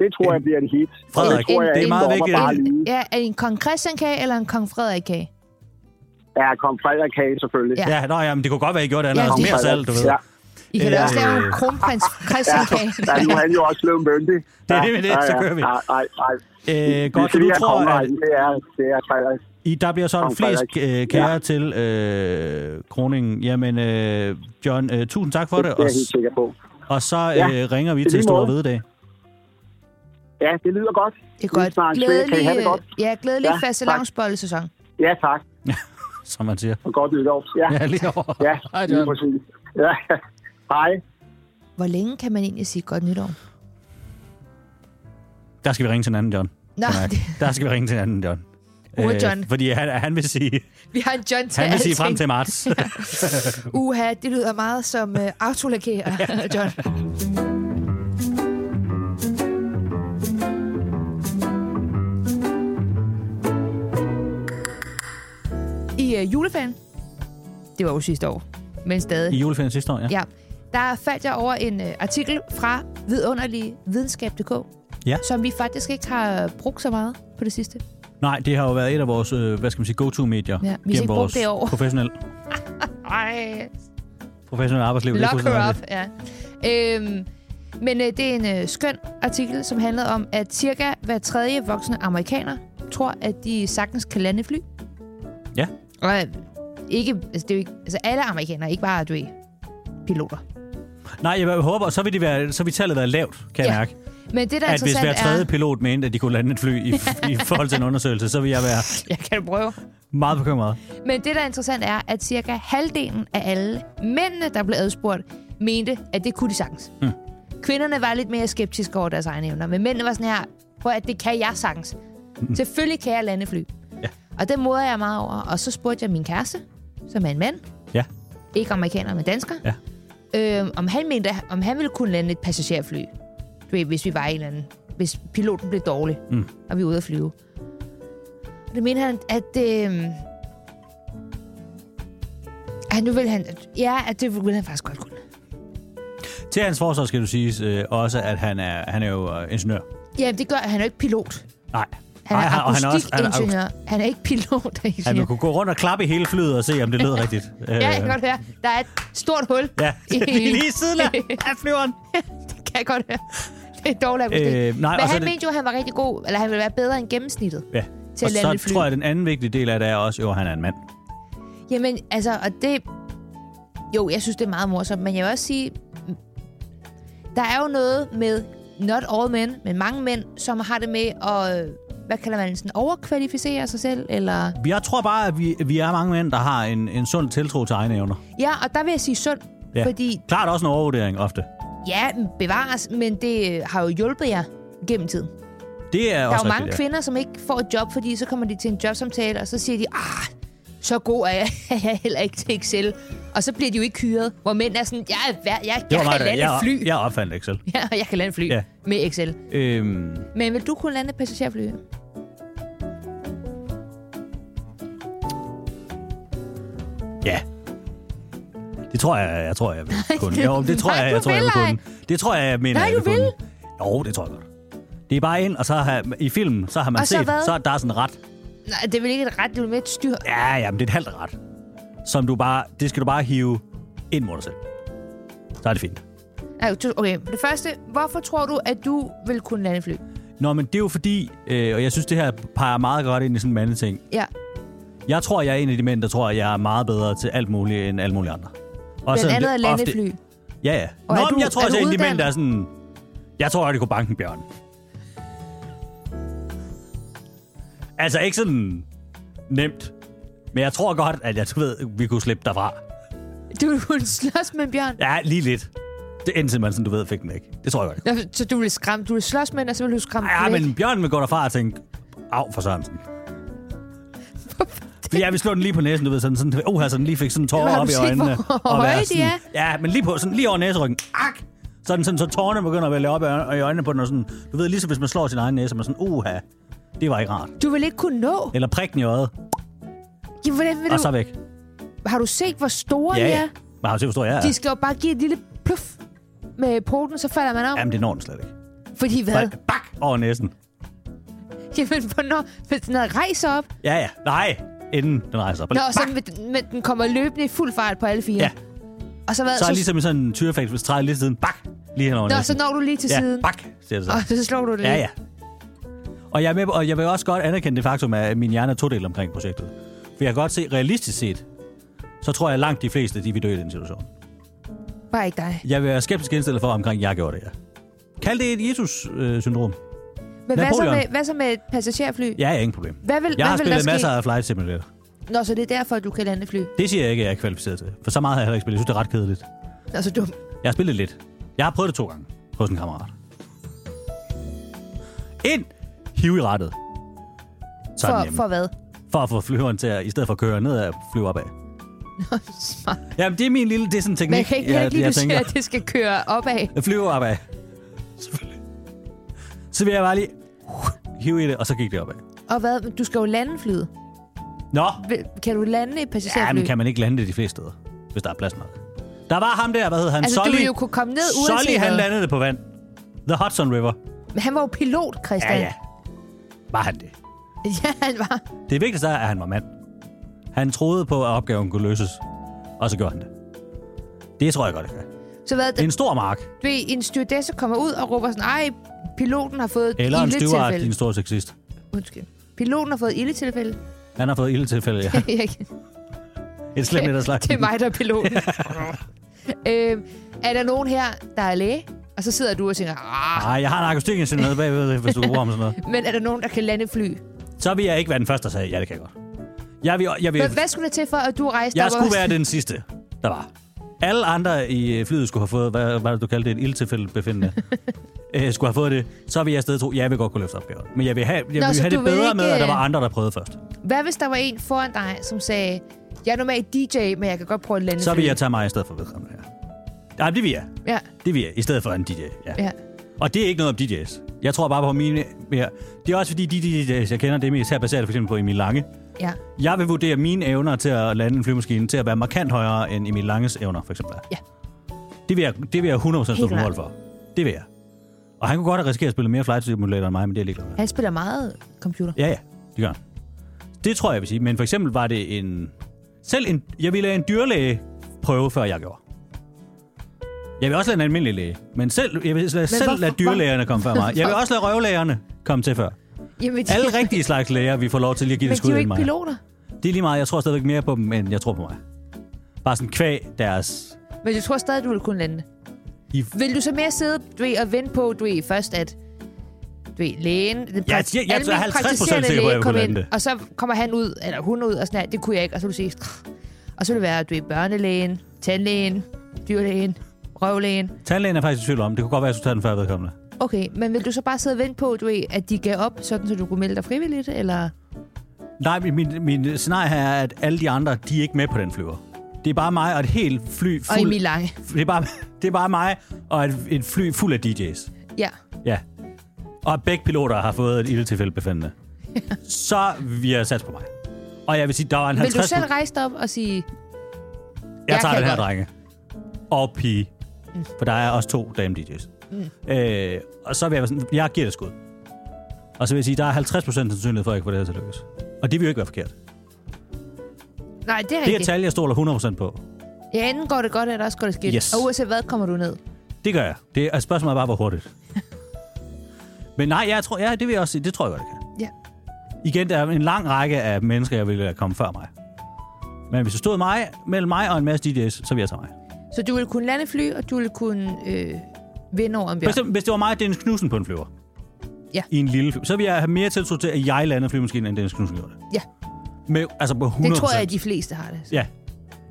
Speaker 4: det tror jeg bliver et hit.
Speaker 2: Frederik,
Speaker 4: tror
Speaker 3: det er
Speaker 4: ikke
Speaker 2: meget øh,
Speaker 4: stopper
Speaker 2: vigtigt.
Speaker 4: bare lige.
Speaker 3: Ja, er I en kong Christian kage eller en kong Frederik kage?
Speaker 4: Ja, kong Frederik kage selvfølgelig.
Speaker 3: Ja.
Speaker 2: Ja, ja nå, jamen, det kunne godt være, I gjorde det
Speaker 3: Ja,
Speaker 2: andet.
Speaker 3: det-
Speaker 2: Mere salg, du ved.
Speaker 4: Ja.
Speaker 3: I kan da
Speaker 2: Øh,
Speaker 3: også lave en
Speaker 2: øh.
Speaker 3: kronprins Christian kage.
Speaker 4: Ja, nu er han jo også blevet myndig.
Speaker 2: Det er det med det, så kører vi.
Speaker 4: Nej, nej, nej.
Speaker 2: Øh, godt, så du tror, at
Speaker 4: Det er, det er Frederik.
Speaker 2: I, der bliver solgt
Speaker 4: Kong
Speaker 2: flest
Speaker 4: Frederik.
Speaker 2: øh, kager ja. til øh, kroningen. Jamen, øh, John, øh, tusind tak for
Speaker 4: Det
Speaker 2: det.
Speaker 4: er
Speaker 2: Og,
Speaker 4: jeg helt sikker på.
Speaker 2: og så
Speaker 4: Ja,
Speaker 2: øh, ringer vi
Speaker 4: i
Speaker 2: til
Speaker 4: lige
Speaker 2: Store
Speaker 4: måde.
Speaker 2: Veddag.
Speaker 4: Ja, det lyder godt.
Speaker 3: Det er godt.
Speaker 4: Vi snakkes ved. Kan I
Speaker 3: Glædelig,
Speaker 4: have det godt?
Speaker 3: ja, glædelig
Speaker 4: Ja,
Speaker 3: ja,
Speaker 4: tak.
Speaker 3: fastelavnsbollesæson.
Speaker 4: Ja, tak.
Speaker 2: som man siger.
Speaker 4: Og godt nytår. Ja,
Speaker 2: Ja, lige over.
Speaker 4: ja.
Speaker 2: Hej,
Speaker 4: lige
Speaker 2: John.
Speaker 4: præcis. Ja. Hej.
Speaker 3: Hvor længe kan man egentlig sige godt nytår?
Speaker 2: Der skal vi ringe til en anden, John.
Speaker 3: Nå,
Speaker 2: Nej,
Speaker 3: det,
Speaker 2: der skal vi ringe til en anden, John. Øh,
Speaker 3: Ole John.
Speaker 2: fordi han, han vil sige,
Speaker 3: vi har en John til
Speaker 2: han vil sige
Speaker 3: alting.
Speaker 2: frem til marts.
Speaker 3: Uha, det lyder meget som øh, autolakerer, John. I øh, juleferien, det var jo sidste år, men stadig.
Speaker 2: I juleferien sidste år, ja.
Speaker 3: Ja, der faldt jeg over en øh, artikel fra vidunderlige videnskab.dk,
Speaker 2: Ja.
Speaker 3: som vi faktisk ikke har brugt så meget på det sidste.
Speaker 2: Nej, det har jo været et af vores, øh, hvad skal man sige, go-to-medier.
Speaker 3: vi har
Speaker 2: gennem
Speaker 3: ikke brugt
Speaker 2: vores
Speaker 3: det år.
Speaker 2: professionelle,
Speaker 3: Ej,
Speaker 2: professionelle arbejdsliv. Det er
Speaker 3: Lock her
Speaker 2: fuldstændig
Speaker 3: up, ja. Øhm, men øh, det er en øh, skøn artikel, som handlede om, at cirka hver tredje voksne amerikaner tror, at de sagtens kan lande et fly.
Speaker 2: Ja.
Speaker 3: Og øh, ikke, altså, det er jo ikke, altså alle amerikanere, ikke bare, du ved, piloter.
Speaker 2: rigtigt. Nej, jeg håber, så vil, de være, så vil tallet være lavt, kan jeg
Speaker 3: Ja.
Speaker 2: mærke.
Speaker 3: Men det, der er
Speaker 2: At hvis
Speaker 3: interessant
Speaker 2: hver tredje
Speaker 3: er...
Speaker 2: pilot mente, at de kunne lande et fly i, i forhold til en undersøgelse, så vil jeg være
Speaker 3: Jeg kan prøve.
Speaker 2: meget bekymret.
Speaker 3: Men det, der er interessant, er, at cirka halvdelen af alle mændene, der blev adspurgt, mente, at det kunne de sagtens. Mm. Kvinderne var lidt mere skeptiske over deres egne evner, men mændene var sådan her, prøv at det kan jeg sagtens. Mm. Selvfølgelig kan jeg lande fly.
Speaker 2: Ja.
Speaker 3: Og det modede jeg meget over, og så spurgte jeg min kæreste, som er en mand,
Speaker 2: Ja.
Speaker 3: ikke amerikaner, men dansker, ja. øh, om han mente, om han ville kunne lande et passagerfly, du ved, hvis vi var i en eller anden, hvis piloten blev dårlig, mm. og vi er ude at flyve. Og det mente han, at... Øh, at nu vil han... Ja, at det ville han faktisk godt kunne.
Speaker 2: Til hans forsvar skal du sige øh, også, at han er, han er jo øh, ingeniør.
Speaker 3: Ja, det gør han er jo ikke pilot.
Speaker 2: Nej.
Speaker 3: Han
Speaker 2: Nej,
Speaker 3: er
Speaker 2: og han er også- han er-
Speaker 3: akustikingeniør. Han, han er ikke pilot, der
Speaker 2: Han vil
Speaker 3: ingeniør.
Speaker 2: kunne gå rundt og klappe i hele flyet og se, om det lød rigtigt. Øh,
Speaker 3: Ja, jeg kan godt høre. Der er et stort hul.
Speaker 2: Ja, lige i siden af af flyveren.
Speaker 3: det kan jeg godt høre. Det er dårligt akustik.
Speaker 2: Øh, nej,
Speaker 3: Men
Speaker 2: og så
Speaker 3: han
Speaker 2: det-
Speaker 3: mente jo, at han var rigtig god, eller han ville være bedre end gennemsnittet.
Speaker 2: Ja.
Speaker 3: Til at
Speaker 2: og
Speaker 3: lande
Speaker 2: så
Speaker 3: et fly.
Speaker 2: tror jeg, at den anden vigtige del af det er også, jo, at han er en mand.
Speaker 3: Jamen, altså, og det... Jo, jeg synes, det er meget morsomt, men jeg vil også sige, der er jo noget med not all men, men mange mænd, som har det med at, øh, hvad kalder man det, sådan, overkvalificere sig selv, eller...
Speaker 2: Jeg tror bare, at vi, vi er mange mænd, der har en, en sund tiltro til egne evner.
Speaker 3: Ja, og der vil jeg sige sund, ja. fordi,
Speaker 2: Klart også en overvurdering ofte.
Speaker 3: ja, bevares, men det øh, har jo hjulpet jer gennem tiden.
Speaker 2: Det er
Speaker 3: Der er
Speaker 2: også
Speaker 3: jo mange
Speaker 2: rigtigt,
Speaker 3: kvinder, som ikke får et job, fordi så kommer de til en jobsamtale, og så siger de, ah, så god er jeg, jeg er heller ikke til Excel. Og så bliver de jo ikke hyret, hvor mænd er sådan, jeg, er, vær- jeg, jeg,
Speaker 2: Det var
Speaker 3: jeg
Speaker 2: mig,
Speaker 3: kan
Speaker 2: der,
Speaker 3: lande
Speaker 2: jeg,
Speaker 3: et fly.
Speaker 2: jeg opfandt Excel.
Speaker 3: Ja, og jeg kan lande et fly
Speaker 2: Ja.
Speaker 3: ja. med Excel.
Speaker 2: Øhm,
Speaker 3: Men vil du kunne lande et passagerfly?
Speaker 2: ja. Det tror jeg, jeg tror, jeg vil kunne.
Speaker 3: det-
Speaker 2: Jo, det tror
Speaker 3: Nej,
Speaker 2: jeg, jeg
Speaker 3: du
Speaker 2: tror, jeg
Speaker 3: vil
Speaker 2: vil
Speaker 3: ej.
Speaker 2: kunne. Det tror jeg, jeg mener,
Speaker 3: Nej,
Speaker 2: jeg
Speaker 3: du
Speaker 2: vil
Speaker 3: vil.
Speaker 2: kunne. Jo, det tror jeg godt. Det er bare ind, og så har, i filmen, så har man
Speaker 3: Og så
Speaker 2: set,
Speaker 3: hvad?
Speaker 2: så er der er sådan en ret.
Speaker 3: Nej, det er vel ikke et ret, det er vel mere et styr.
Speaker 2: Ja, jamen, det er et halvt ret. Som du bare, det skal du bare hive ind mod dig selv. Så er det fint.
Speaker 3: Ej, du- Okay, for det første, hvorfor tror du, at du vil kunne lande et fly?
Speaker 2: Nå, men det er jo fordi, øh, og jeg synes, det her peger meget godt ind i sådan en mandeting.
Speaker 3: Ja,
Speaker 2: Jeg tror, jeg er en af de mænd, der tror, at jeg er meget bedre til alt muligt end alle mulige andre. Og
Speaker 3: blandt andet at lande et fly.
Speaker 2: Ja, ja.
Speaker 3: Og
Speaker 2: Nå,
Speaker 3: er du-
Speaker 2: men jeg tror
Speaker 3: er
Speaker 2: også,
Speaker 3: du
Speaker 2: jeg er en af de
Speaker 3: uddannet?
Speaker 2: mænd, der er sådan... Jeg tror, at det kunne banke en bjørn. Altså, ikke sådan nemt. Men jeg tror godt, at jeg du ved, vi kunne slippe derfra.
Speaker 3: Du vil kunne slås med en bjørn.
Speaker 2: Ja, lige lidt. Det indtil man, sådan du ved, fik den ikke. Det tror jeg godt.
Speaker 3: Nå, så du vil skræmme, du vil slås med den, og så vil du skræmme
Speaker 2: Ja,
Speaker 3: den væk.
Speaker 2: men Bjørn vil gå derfra og tænke, af for Sørensen. Fordi jeg vil slå den lige på næsen, du ved, sådan, sådan, oh, her, sådan lige fik sådan tårer
Speaker 3: Har du
Speaker 2: op i
Speaker 3: set,
Speaker 2: øjnene.
Speaker 3: hvor
Speaker 2: og være
Speaker 3: høje de
Speaker 2: sådan, Ja, men lige, på, sådan, lige over næseryggen. Ak! Sådan, sådan, så tårerne begynder at vælge op i øj- i øjnene på den, og sådan, du ved, lige så hvis man slår sin egen næse, man er sådan, uha, det var ikke rart.
Speaker 3: Du vil ikke kunne nå.
Speaker 2: Eller prikken i øjet,
Speaker 3: Ja, hvordan vil
Speaker 2: og
Speaker 3: du...
Speaker 2: så væk.
Speaker 3: Har du set, hvor store
Speaker 2: Ja,
Speaker 3: de
Speaker 2: ja.
Speaker 3: er?
Speaker 2: Man har jo set, hvor stor jeg er.
Speaker 3: De skal jo bare give et lille pluff med poten, så falder man om.
Speaker 2: Jamen, det når den slet ikke.
Speaker 3: Fordi hvad?
Speaker 2: Så, bak! Over næsen.
Speaker 3: Jamen, hvornår? Hvis den havde rejst sig op,
Speaker 2: Ja, ja. Nej, inden den rejser op.
Speaker 3: Nå, og så med, den- med, den kommer løbende i fuld fart på alle fire.
Speaker 2: Ja.
Speaker 3: Og så hvad?
Speaker 2: Så er det ligesom i sådan en tyrefægt, hvis træder lige siden. Bak! Lige hen over
Speaker 3: Nå,
Speaker 2: næsen.
Speaker 3: så når du lige til
Speaker 2: Ja,
Speaker 3: siden.
Speaker 2: bak, siger det så.
Speaker 3: Og så slår du det
Speaker 2: Ja,
Speaker 3: lige.
Speaker 2: ja. Og jeg, er med, på- og jeg vil også godt anerkende det faktum, at min hjerne er todelt omkring projektet. For jeg kan godt se, realistisk set, så tror jeg at langt de fleste, de vil dø i den situation.
Speaker 3: Bare ikke dig.
Speaker 2: Jeg vil være skeptisk indstillet for omkring, jeg gjorde det her. Kald det et Jesus-syndrom.
Speaker 3: Men hvad så,
Speaker 2: Napoleon.
Speaker 3: med, hvad så med et passagerfly?
Speaker 2: Ja, jeg er ingen problem.
Speaker 3: Hvad vil,
Speaker 2: Jeg
Speaker 3: hvad
Speaker 2: har
Speaker 3: vil der
Speaker 2: spillet
Speaker 3: ske?
Speaker 2: masser af flight simulator.
Speaker 3: Nå, så det er derfor, at du kan lande fly.
Speaker 2: Det siger jeg ikke, at jeg er kvalificeret til. For så meget har jeg heller ikke spillet. Jeg synes, det er ret kedeligt.
Speaker 3: Nå, så dum.
Speaker 2: Jeg har spillet lidt. Jeg har prøvet det to gange hos en kammerat. Ind! Hiv i rettet. Så er den
Speaker 3: For,
Speaker 2: hjemme.
Speaker 3: for hvad?
Speaker 2: for at få flyveren til at, i stedet for at køre ned og flyve opad.
Speaker 3: Nå, smart.
Speaker 2: Jamen, det er min lille, det er sådan en teknik,
Speaker 3: Men jeg kan ikke, ja, ikke lige,
Speaker 2: jeg
Speaker 3: du siger,
Speaker 2: tænker.
Speaker 3: at det skal køre opad.
Speaker 2: Jeg flyver opad. Selvfølgelig. Så vil jeg bare lige hive i det, og så gik det opad.
Speaker 3: Og hvad? Du skal jo lande flyet.
Speaker 2: Nå,
Speaker 3: Vil- Kan du lande et passagerfly?
Speaker 2: ja, men kan man ikke lande det de fleste steder, hvis der er plads nok. Der var ham der, hvad hed han?
Speaker 3: Altså, du
Speaker 2: Solly.
Speaker 3: ville jo kunne komme ned uanset
Speaker 2: Solly, han
Speaker 3: hvad.
Speaker 2: landede det på vand. The Hudson River.
Speaker 3: Men han var jo pilot, Christian.
Speaker 2: Var han det?
Speaker 3: ja han var.
Speaker 2: Det vigtigste er, at han var mand. Han troede på, at opgaven kunne løses. Og så gjorde han det. Det tror jeg godt, jeg kan.
Speaker 3: Så hvad,
Speaker 2: En stor mark.
Speaker 3: du ved, en stewardesse kommer ud og råber sådan, ej, piloten har fået
Speaker 2: Eller en steward,
Speaker 3: ildetilfælde.
Speaker 2: din store sexist.
Speaker 3: Undskyld. Piloten har fået ildetilfælde.
Speaker 2: Han har fået ildetilfælde, ja. Et slemt lidt af slags.
Speaker 3: det er mig, der er piloten. øhm, er der nogen her, der er læge? Og så sidder du og tænker, ah,
Speaker 2: Nej, jeg har en akustikingeniør nede bagved, hvis du kan bruge ham sådan noget.
Speaker 3: men er der nogen, der kan lande fly?
Speaker 2: Så vil jeg ikke være den første, der sagde, ja, det kan jeg godt. Jeg vil, jeg vil,
Speaker 3: Hvad, hvad skulle der til for, at du rejste
Speaker 2: jeg
Speaker 3: op
Speaker 2: skulle
Speaker 3: og-
Speaker 2: være den sidste, der var. Alle andre i øh, flyet skulle have fået, hvad, hvad var det, du kaldte det, et ildtilfælde befindende. øh, skulle have fået det, så vil jeg stadig tro, jeg vil godt kunne løfte opgaven. Men jeg vil have, jeg vil
Speaker 3: så
Speaker 2: have
Speaker 3: du
Speaker 2: det
Speaker 3: vil
Speaker 2: bedre
Speaker 3: ikke,
Speaker 2: med, at der var
Speaker 3: øh,
Speaker 2: andre, der prøvede først.
Speaker 3: Hvad hvis der var en foran dig, som sagde, jeg er normalt DJ, men jeg kan godt prøve at lande
Speaker 2: Så
Speaker 3: fly.
Speaker 2: vil jeg tage mig i stedet for vedkommende her. Nej, det vil jeg.
Speaker 3: Ja,
Speaker 2: Det vil jeg, i stedet for en DJ. Ja.
Speaker 3: ja.
Speaker 2: Og det er ikke noget om DJ's. Jeg tror bare på mine... Ja. Det er også fordi, de DJ's, jeg kender, det er mest her baseret for eksempel på Emil Lange.
Speaker 3: Ja.
Speaker 2: Jeg vil vurdere mine evner til at lande en flymaskine til at være markant højere end Emil Langes evner, for eksempel. er.
Speaker 3: Ja.
Speaker 2: Det vil jeg, det vil jeg 100% stå
Speaker 3: Helt
Speaker 2: på mål for. Det vil jeg. Og han kunne godt have risikeret at spille mere Flight Simulator end mig, men det er jeg ligeglad med.
Speaker 3: Han spiller meget computer.
Speaker 2: Ja, ja. Det gør han. Det tror jeg, jeg vil sige. Men for eksempel var det en... Selv en... Jeg ville lade en dyrlæge prøve, før jeg gjorde. Jeg vil også lade en almindelig læge. Men selv, jeg vil lade, selv
Speaker 3: hvorfor-
Speaker 2: lade dyrlægerne komme før mig. Jeg vil også lade røvlægerne komme til før.
Speaker 3: Jamen, de,
Speaker 2: Alle rigtige slags læger, vi får lov til lige at give
Speaker 3: men
Speaker 2: det
Speaker 3: de er
Speaker 2: skud
Speaker 3: jo
Speaker 2: end
Speaker 3: ikke
Speaker 2: mig.
Speaker 3: piloter.
Speaker 2: Det er lige meget. Jeg tror stadigvæk mere på dem, end jeg tror på mig. Bare sådan kvæg deres...
Speaker 3: Men jeg tror stadig, du ville kunne lande.
Speaker 2: I...
Speaker 3: Vil du så mere sidde du ved, og vente på, du ved, først at du ved, lægen, den
Speaker 2: Jeg-
Speaker 3: prakt-
Speaker 2: jeg- jeg er
Speaker 3: almen
Speaker 2: 50%
Speaker 3: praktiserende
Speaker 2: sikker på, at jeg
Speaker 3: læge
Speaker 2: vil
Speaker 3: kom
Speaker 2: kunne
Speaker 3: ind,
Speaker 2: lande det.
Speaker 3: og så kommer han ud, eller hun ud, og sådan her, det kunne jeg ikke, og så vil du sige, "Skr." og så vil det være, du ved, børnelægen, tandlægen, dyrlægen, røvlægen.
Speaker 2: Tandlægen er faktisk i tvivl om. Det kunne godt være, at jeg skulle tage den før vedkommende.
Speaker 3: Okay, men vil du så bare sidde og vente på, du ved, at de gav op, sådan så du kunne melde dig frivilligt, eller?
Speaker 2: Nej, min, min, min scenarie her er, at alle de andre, de er ikke med på den flyver. Det er bare mig og et helt fly
Speaker 3: Og
Speaker 2: fuld...
Speaker 3: Emil Lange.
Speaker 2: det, er bare, det er bare mig og et, et fly fuld af DJ's.
Speaker 3: Ja.
Speaker 2: Ja. Og begge piloter har fået et ildetilfælde befændende. Så vi har sat på mig. Og jeg vil sige, der var en
Speaker 3: Vil
Speaker 2: 50...
Speaker 3: du selv rejse dig op og sige,
Speaker 2: Jeg
Speaker 3: Jeg
Speaker 2: tager
Speaker 3: kan
Speaker 2: den her,
Speaker 3: godt.
Speaker 2: drenge. Og pige. Mm. For der er også to dame DJ's. Mm. Øh, og så vil jeg være sådan, jeg giver det skud. Og så vil jeg sige, der er 50% sandsynlighed for, at jeg kan få det her til at lykkes. Og det vil jo ikke være forkert.
Speaker 3: nej, det er
Speaker 2: Det er et
Speaker 3: rigtigt.
Speaker 2: tal, jeg stoler 100% på.
Speaker 3: Ja, enten går det godt, eller også går det skidt.
Speaker 2: Yes.
Speaker 3: Og uanset hvad, kommer du ned.
Speaker 2: Det gør jeg. Det er, spørgsmålet er bare, hvor hurtigt. Men nej, jeg tror, ja, det vil jeg også sige. Det tror jeg godt, jeg kan.
Speaker 3: Ja.
Speaker 2: Igen, der er en lang række af mennesker, jeg ville lade komme før mig. Men hvis det stod mig, mellem mig og en masse DJ's, så ville jeg tage mig.
Speaker 3: Så du ville kunne lande fly, og du ville kunne øh, vinde over en
Speaker 2: For
Speaker 3: bjørn.
Speaker 2: eksempel, hvis det var mig og Dennis Knudsen på en flyver.
Speaker 3: Ja.
Speaker 2: I en lille flyver. Så vil jeg have mere tiltro til, at jeg lander flymaskinen, end Dennis Knudsen gjorde det.
Speaker 3: Ja.
Speaker 2: Med, altså på 100%.
Speaker 3: Det tror jeg, at de fleste har det.
Speaker 2: Ja.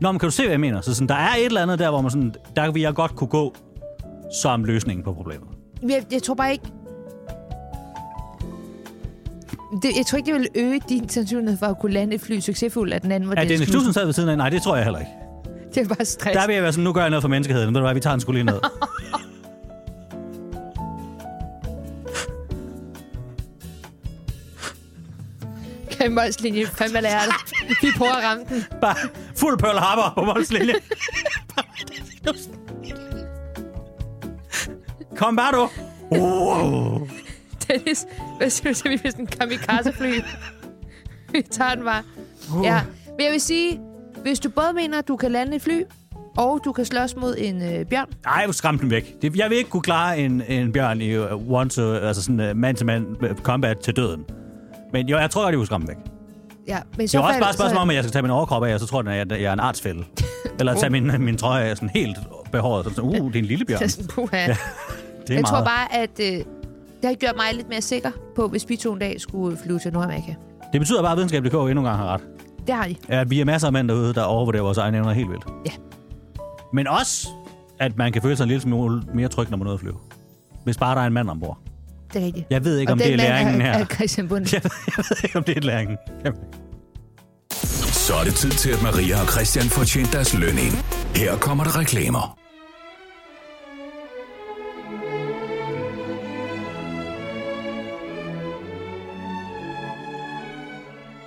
Speaker 2: Nå, men kan du se, hvad jeg mener? Så sådan, der er et eller andet der, hvor man sådan, der vil jeg godt kunne gå som løsningen på problemet.
Speaker 3: Men Jeg, jeg tror bare ikke... Det, jeg tror ikke, det vil øge din sandsynlighed for at kunne lande et fly succesfuldt, at den anden var
Speaker 2: Er Dennis
Speaker 3: Knudsen.
Speaker 2: Knudsen sad ved siden af? Nej, det tror jeg heller ikke.
Speaker 3: Det er bare stress.
Speaker 2: Der vil jeg være sådan, nu gør jeg noget for menneskeheden. Ved du hvad, vi tager en skulle lige ned.
Speaker 3: Kan Molslinje fandme lære det. Vi prøver at ramme den.
Speaker 2: Bare fuld Pearl Harbor på Molslinje. Kom bare du. Wow.
Speaker 3: Dennis, hvad siger du til, vi er sådan en kamikaze-fly? vi tager den bare.
Speaker 2: Uh.
Speaker 3: Ja. Men jeg vil sige, hvis du både mener, at du kan lande et fly, og du kan slås mod en øh, bjørn,
Speaker 2: Ej, skræm den væk. Det, jeg vil ikke kunne klare en, en bjørn i uh, one to, altså sådan uh, man-to-man øh, combat til døden. Men jo, jeg tror, at det kunne skræmme væk. Det
Speaker 3: ja, men så
Speaker 2: er jo også
Speaker 3: fald-
Speaker 2: bare et
Speaker 3: så-
Speaker 2: spørgsmål om, at jeg skal tage min overkrop af, og så tror den, at jeg, at jeg er en artsfælde. Eller
Speaker 3: Oh.
Speaker 2: tage min, øh, min trøje af sådan helt behåret. Sådan, uh, det er en lille bjørn.
Speaker 3: Det er sådan, puha. Ja,
Speaker 2: Det er
Speaker 3: jeg
Speaker 2: meget.
Speaker 3: tror bare, at øh, det har gjort mig lidt mere sikker på, hvis vi to en dag skulle flyve til Nordamerika.
Speaker 2: Det betyder bare, at videnskab.dk endnu en gang har ret.
Speaker 3: Det har de.
Speaker 2: At vi er masser af mænd derude, der overvurderer vores egne evner helt vildt.
Speaker 3: Ja.
Speaker 2: Men også, at man kan føle sig en lille smule mere tryg, når man er ude at flyve. Hvis bare der er en mand ombord.
Speaker 3: Det er rigtigt.
Speaker 2: Jeg ved ikke, om det er læringen
Speaker 3: er,
Speaker 2: her.
Speaker 3: er Christian Bund.
Speaker 2: Jeg ved, jeg ved ikke, om det er læringen. Jamen.
Speaker 1: Så er det tid til, at Maria og Christian får tjent deres løn ind. Her kommer der reklamer.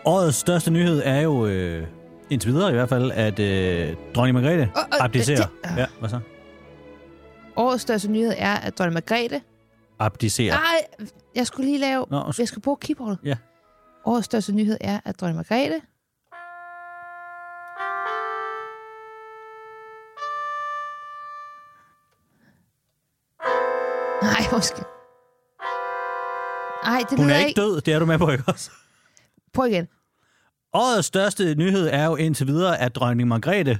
Speaker 2: Årets største nyhed er jo, øh, indtil videre i hvert fald, at øh, dronning Margrethe
Speaker 3: Åh,
Speaker 2: oh,
Speaker 3: åh,
Speaker 2: abdicerer.
Speaker 3: det- ah.
Speaker 2: ja, hvad så?
Speaker 3: Årets største nyhed er, at dronning Margrethe
Speaker 2: abdicere.
Speaker 3: Nej, jeg skulle lige lave...
Speaker 2: Nå,
Speaker 3: Jeg skal bruge keyboardet.
Speaker 2: Ja.
Speaker 3: Årets største nyhed er, at dronning Margrethe... Nej, måske. Nej, det
Speaker 2: hun
Speaker 3: lyder
Speaker 2: er ikke død, det er du med på, ikke også?
Speaker 3: Prøv igen.
Speaker 2: Årets største nyhed er jo indtil videre, at dronning Margrethe...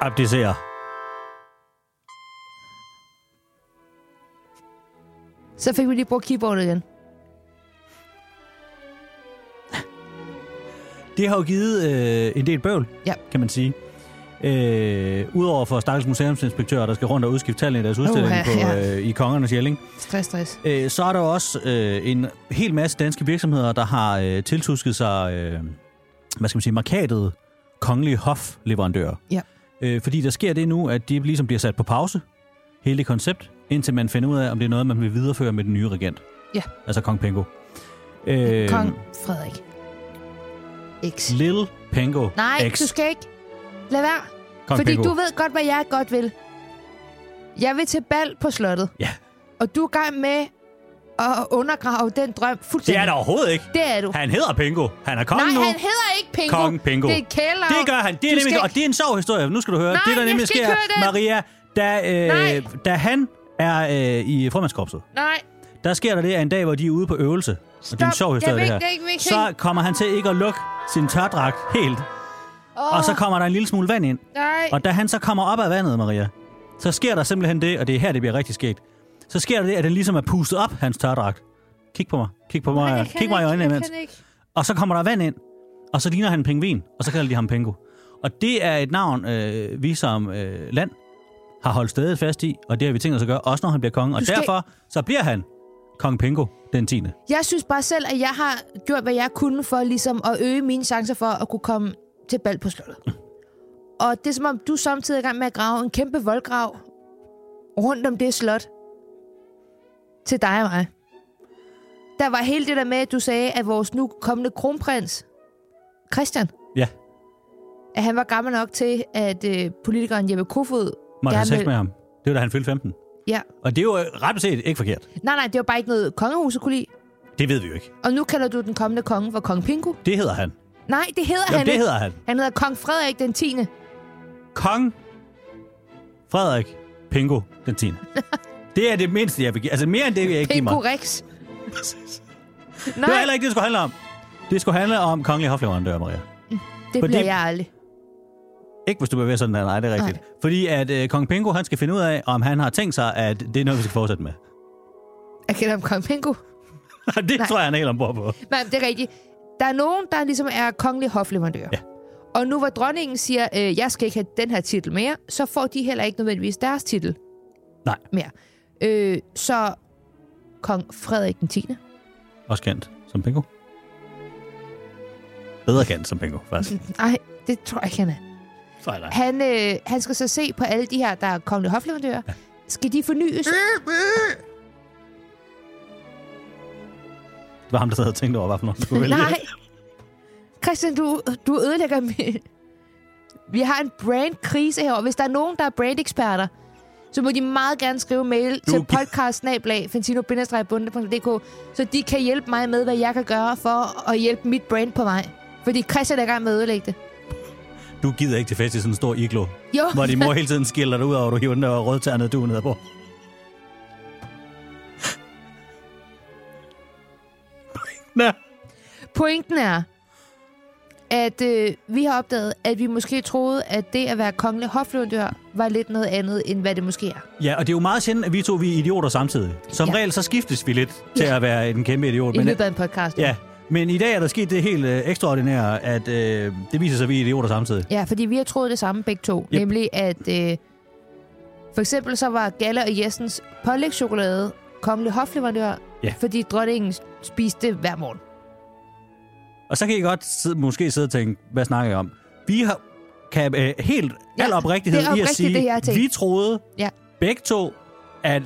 Speaker 2: abdicerer.
Speaker 3: Så fik vi lige brugt keyboardet igen.
Speaker 2: Det har jo givet øh, en del bøvl,
Speaker 3: Ja.
Speaker 2: kan man sige. Øh, Udover for stakkels museumsinspektører, der skal rundt og udskifte tallene i deres udstilling
Speaker 3: Uha,
Speaker 2: på,
Speaker 3: ja.
Speaker 2: øh, i Kongernes Jelling.
Speaker 3: Stress, stress.
Speaker 2: Øh, så er der også øh, en hel masse danske virksomheder, der har øh, tiltusket sig, øh, hvad skal man sige, markatet kongelige hofleverandører.
Speaker 3: Ja.
Speaker 2: Øh, fordi der sker det nu, at de ligesom bliver sat på pause, hele det koncept, indtil man finder ud af, om det er noget, man vil videreføre med den nye regent.
Speaker 3: Ja.
Speaker 2: Altså Kong Pengo. Øh,
Speaker 3: Kong Frederik. X.
Speaker 2: Lille Pengo
Speaker 3: Nej,
Speaker 2: X.
Speaker 3: du skal ikke. Lad være.
Speaker 2: Kong
Speaker 3: Fordi
Speaker 2: Pengo.
Speaker 3: du ved godt, hvad jeg godt vil. Jeg vil til bal på slottet.
Speaker 2: Ja.
Speaker 3: Og du er i gang med at undergrave den drøm
Speaker 2: Det
Speaker 3: fuldstændig.
Speaker 2: er der overhovedet ikke.
Speaker 3: Det er du.
Speaker 2: Han hedder Pengo. Han er kongen
Speaker 3: Nej,
Speaker 2: nu.
Speaker 3: han hedder ikke Pingo.
Speaker 2: Kong Pingo.
Speaker 3: Det er kæler.
Speaker 2: Det gør han. Det er
Speaker 3: Du
Speaker 2: nemlig,
Speaker 3: skal
Speaker 2: Og
Speaker 3: ikke-
Speaker 2: det er en sjov historie. Nu skal du høre.
Speaker 3: Nej,
Speaker 2: det, der
Speaker 3: jeg
Speaker 2: nemlig
Speaker 3: skal ikke
Speaker 2: sker,
Speaker 3: høre den.
Speaker 2: Maria, da,
Speaker 3: Nej.
Speaker 2: øh, da han er øh, i frømandskorpset,
Speaker 3: Nej,
Speaker 2: der sker der det, at en dag, hvor de er ude på øvelse, og det er en
Speaker 3: Stop.
Speaker 2: sjov historie, det
Speaker 3: Jeg vil
Speaker 2: her,
Speaker 3: ikke- det er ikke min
Speaker 2: så
Speaker 3: ting.
Speaker 2: kommer han til ikke at lukke sin tørdragt helt,
Speaker 3: Åh.
Speaker 2: og så kommer der en lille smule vand ind.
Speaker 3: nej.
Speaker 2: Og da han så kommer op af vandet, Maria, så sker der simpelthen det, og det er her, det bliver rigtig skægt, så sker der det, at den ligesom er pustet op, hans tørdragt. Kig på mig. Kig på mig.
Speaker 3: Jeg kan
Speaker 2: Kig mig i
Speaker 3: ikke,
Speaker 2: øjnene
Speaker 3: jeg
Speaker 2: imens.
Speaker 3: kan ikke.
Speaker 2: Og så kommer der vand ind, og så ligner han en pingvin, og så kalder de ham Pengo. Og det er et navn, øh, vi som øh, land har holdt stedet fast i, og det har vi tænkt os at gøre, også når han bliver konge. Og
Speaker 3: Du skal-
Speaker 2: derfor så bliver han kong Pengo den 10.
Speaker 3: Jeg synes bare selv, at jeg har gjort, hvad jeg kunne for ligesom at øge mine chancer for at kunne komme til bal på slottet. Og det er som om, du samtidig er i gang med at grave en kæmpe voldgrav rundt om det slot til dig og mig. Der var hele det der med, at du sagde, at vores nu kommende kronprins, Christian,
Speaker 2: Ja,
Speaker 3: at han var gammel nok til, at øh, politikeren Jeppe Kofod
Speaker 2: må jeg have
Speaker 3: gerne
Speaker 2: sex
Speaker 3: ville-
Speaker 2: med ham. Det var da han fyldte 15.
Speaker 3: Ja.
Speaker 2: Og det er jo øh, ret beset ikke forkert.
Speaker 3: Nej, nej, det var bare ikke noget kongehuset kunne lide.
Speaker 2: Det ved vi jo ikke.
Speaker 3: Og nu kalder du den kommende konge for kong Pingu.
Speaker 2: Det hedder han.
Speaker 3: Nej, det hedder
Speaker 2: Jamen,
Speaker 3: han
Speaker 2: det
Speaker 3: ikke.
Speaker 2: hedder han.
Speaker 3: Han hedder kong Frederik den 10.
Speaker 2: Kong Frederik Pengo den 10. det er det mindste, jeg vil give. Altså mere end det vil jeg ikke give mig.
Speaker 3: Pingu Rex.
Speaker 2: Det var
Speaker 3: Nej,
Speaker 2: heller ikke det, det skulle handle om. Det skulle handle om kongelige hofleverandører, Maria.
Speaker 3: det
Speaker 2: fordi-
Speaker 3: bliver jeg aldrig.
Speaker 2: Ikke hvis du bevæger sådan der, nej, det er rigtigt. Nej. Fordi at øh, kong Pingo, han skal finde ud af, om han har tænkt sig, at det er noget, vi skal fortsætte med.
Speaker 3: Jeg kender ham kong Pingu.
Speaker 2: det nej. tror jeg, han er helt ombord på.
Speaker 3: Nej, det er rigtigt. Der er nogen, der ligesom er kongelige hofleverandører.
Speaker 2: Ja.
Speaker 3: Og nu hvor dronningen siger, øh, jeg skal ikke have den her titel mere, så får de heller ikke nødvendigvis deres titel
Speaker 2: Nej.
Speaker 3: mere. Øh, så kong Frederik den 10.
Speaker 2: Også kendt som Pingo. Bedre kendt som Pingo, faktisk.
Speaker 3: Nej, det tror jeg ikke, han er.
Speaker 2: Fejl dig.
Speaker 3: Han, øh, han skal så se på alle de her, der er kongelige hofleverandører. Ja. Skal de fornyes?
Speaker 2: Det var ham, der sad og tænkte over, hvad for nogen, du skulle vælge.
Speaker 3: Nej. Christian, du, du ødelægger mig. Vi har en brandkrise herovre. Hvis der er nogen, der er brandeksperter, så må de meget gerne skrive mail
Speaker 2: Du-
Speaker 3: du... til podcast så de kan hjælpe mig med, hvad jeg kan gøre for at hjælpe mit brand på vej. Fordi Christian er i gang med at ødelægge det.
Speaker 2: Du gider ikke til fest i sådan en stor iglo,
Speaker 3: Jo,
Speaker 2: hvor din mor hele tiden skiller dig ud over, at du hiver den der rødtærnede du ned på. Nå.
Speaker 3: pointen er, at øh, vi har opdaget, at vi måske troede, at det at være kongelig hofleverandør var lidt noget andet, end hvad det måske er.
Speaker 2: Ja, og det er jo meget sjældent, at vi to vi er idioter samtidig. Som ja.
Speaker 3: Ja.
Speaker 2: regel, så skiftes vi lidt til
Speaker 3: Ja.
Speaker 2: at være en kæmpe idiot.
Speaker 3: I løbet af en podcast.
Speaker 2: ja, men i dag er der sket det helt øh, ekstraordinære, at øh, det viser sig, at vi er idioter samtidig.
Speaker 3: Ja, fordi vi har troet det samme begge to. Yep. Nemlig at øh, for eksempel så var Galle og Jessens pålægschokolade kongelig hofleverandør,
Speaker 2: Ja.
Speaker 3: fordi dronningen spiste det hver morgen.
Speaker 2: Og så kan I godt sidde, måske sidde og tænke, hvad snakker jeg om? Vi har, kan øh, helt
Speaker 3: Ja,
Speaker 2: al oprigtighed
Speaker 3: det er
Speaker 2: i at
Speaker 3: oprigtigt, det
Speaker 2: sige,
Speaker 3: jeg har tænkt.
Speaker 2: vi troede
Speaker 3: Ja.
Speaker 2: begge to, at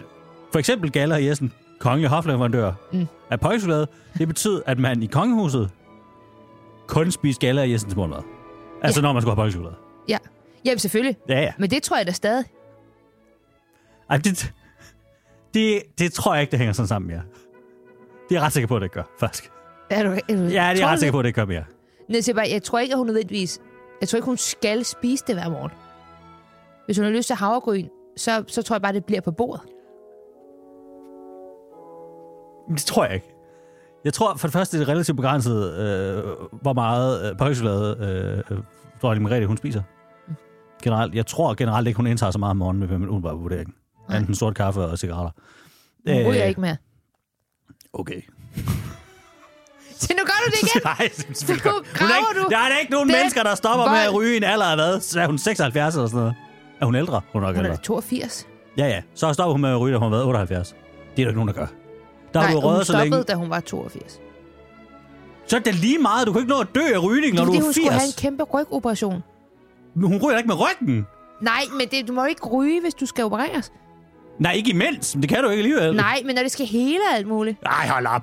Speaker 2: for eksempel Galler og Jessen, kongelig hofleverandør mm.
Speaker 3: Mm.
Speaker 2: af pøjsolade, det betød, at man i kongehuset kun spiste Galler og Jessens morgenmad. Altså ja. når man skulle have pøjsolade.
Speaker 3: Ja. Jamen selvfølgelig.
Speaker 2: Ja, ja.
Speaker 3: Men det tror jeg da stadig.
Speaker 2: Ej, det, det, det tror jeg ikke, det hænger sådan sammen mere. Det er jeg ret sikker på, at det ikke gør, faktisk.
Speaker 3: Er du, er du,
Speaker 2: Ja, det er jeg ret sikker på, at det ikke gør mere.
Speaker 3: på. Jeg tror ikke, at hun nødvendigvis... Jeg tror ikke, hun skal spise det hver morgen. Hvis hun har lyst til havregryn, så, så tror jeg bare, det bliver på bordet.
Speaker 2: Det tror jeg ikke. Jeg tror for det første, det er relativt begrænset, øh, hvor meget øh, påhøjschokolade øh, dronning Margrethe hun spiser. Generelt, jeg tror generelt ikke, hun indtager så meget om morgenen med min umiddelbare vurdering. Enten sort kaffe og cigaretter. Øh.
Speaker 3: Hun ryger ikke mere.
Speaker 2: Okay.
Speaker 3: Så nu gør du det igen!
Speaker 2: Nej, selvfølgelig
Speaker 3: Nu
Speaker 2: godt. Hun er
Speaker 3: graver
Speaker 2: ikke,
Speaker 3: du
Speaker 2: der er da ikke nogen
Speaker 3: den
Speaker 2: mennesker, der stopper med at
Speaker 3: vold.
Speaker 2: ryge i en alder af hvad? Så er hun 76 eller sådan noget. Er hun ældre? Hun er nok
Speaker 3: Hun er
Speaker 2: ældre.
Speaker 3: da 82.
Speaker 2: Ja, ja. Så stopper hun med at ryge, da hun har været 78. Det er der ikke nogen, der gør. Der har
Speaker 3: Nej,
Speaker 2: du
Speaker 3: hun
Speaker 2: røget så længe.
Speaker 3: stoppede, da hun var 82.
Speaker 2: Så er det lige meget. Du kan ikke nå at dø af rygning, når
Speaker 3: det
Speaker 2: du er
Speaker 3: er, fordi hun skulle have
Speaker 2: 80.
Speaker 3: en kæmpe rygoperation.
Speaker 2: Men hun ryger ikke med ryggen.
Speaker 3: Nej, men det, du må jo ikke ryge, hvis du skal opereres.
Speaker 2: Nej, ikke imens. Men det kan du ikke alligevel.
Speaker 3: Nej, men når det skal hele og alt muligt.
Speaker 2: Nej, hold op.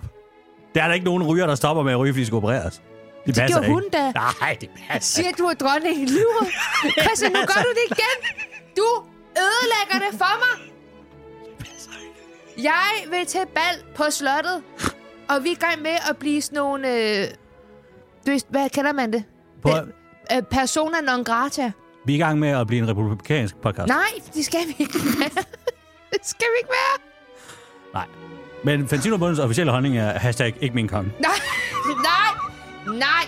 Speaker 2: Der er der ikke nogen ryger, der stopper med at ryge, fordi de skal opereres. Det, det passer
Speaker 3: gjorde
Speaker 2: ikke.
Speaker 3: hun da.
Speaker 2: Nej, det passer
Speaker 3: Siger
Speaker 2: ikke.
Speaker 3: du, at dronningen lyver? Christian, nu gør du det igen. Du ødelægger det for mig. Jeg vil til bal på slottet, og vi er i gang med at blive sådan nogle... Øh, du ved, hvad kalder man det?
Speaker 2: På,
Speaker 3: Øh, persona non grata.
Speaker 2: vi er i gang med at blive en republikansk podcast.
Speaker 3: Nej, det skal vi ikke være. det skal vi ikke være.
Speaker 2: Nej. Men Fantino Bundens officielle holdning er hashtag ikke min konge.
Speaker 3: Nej, nej, nej.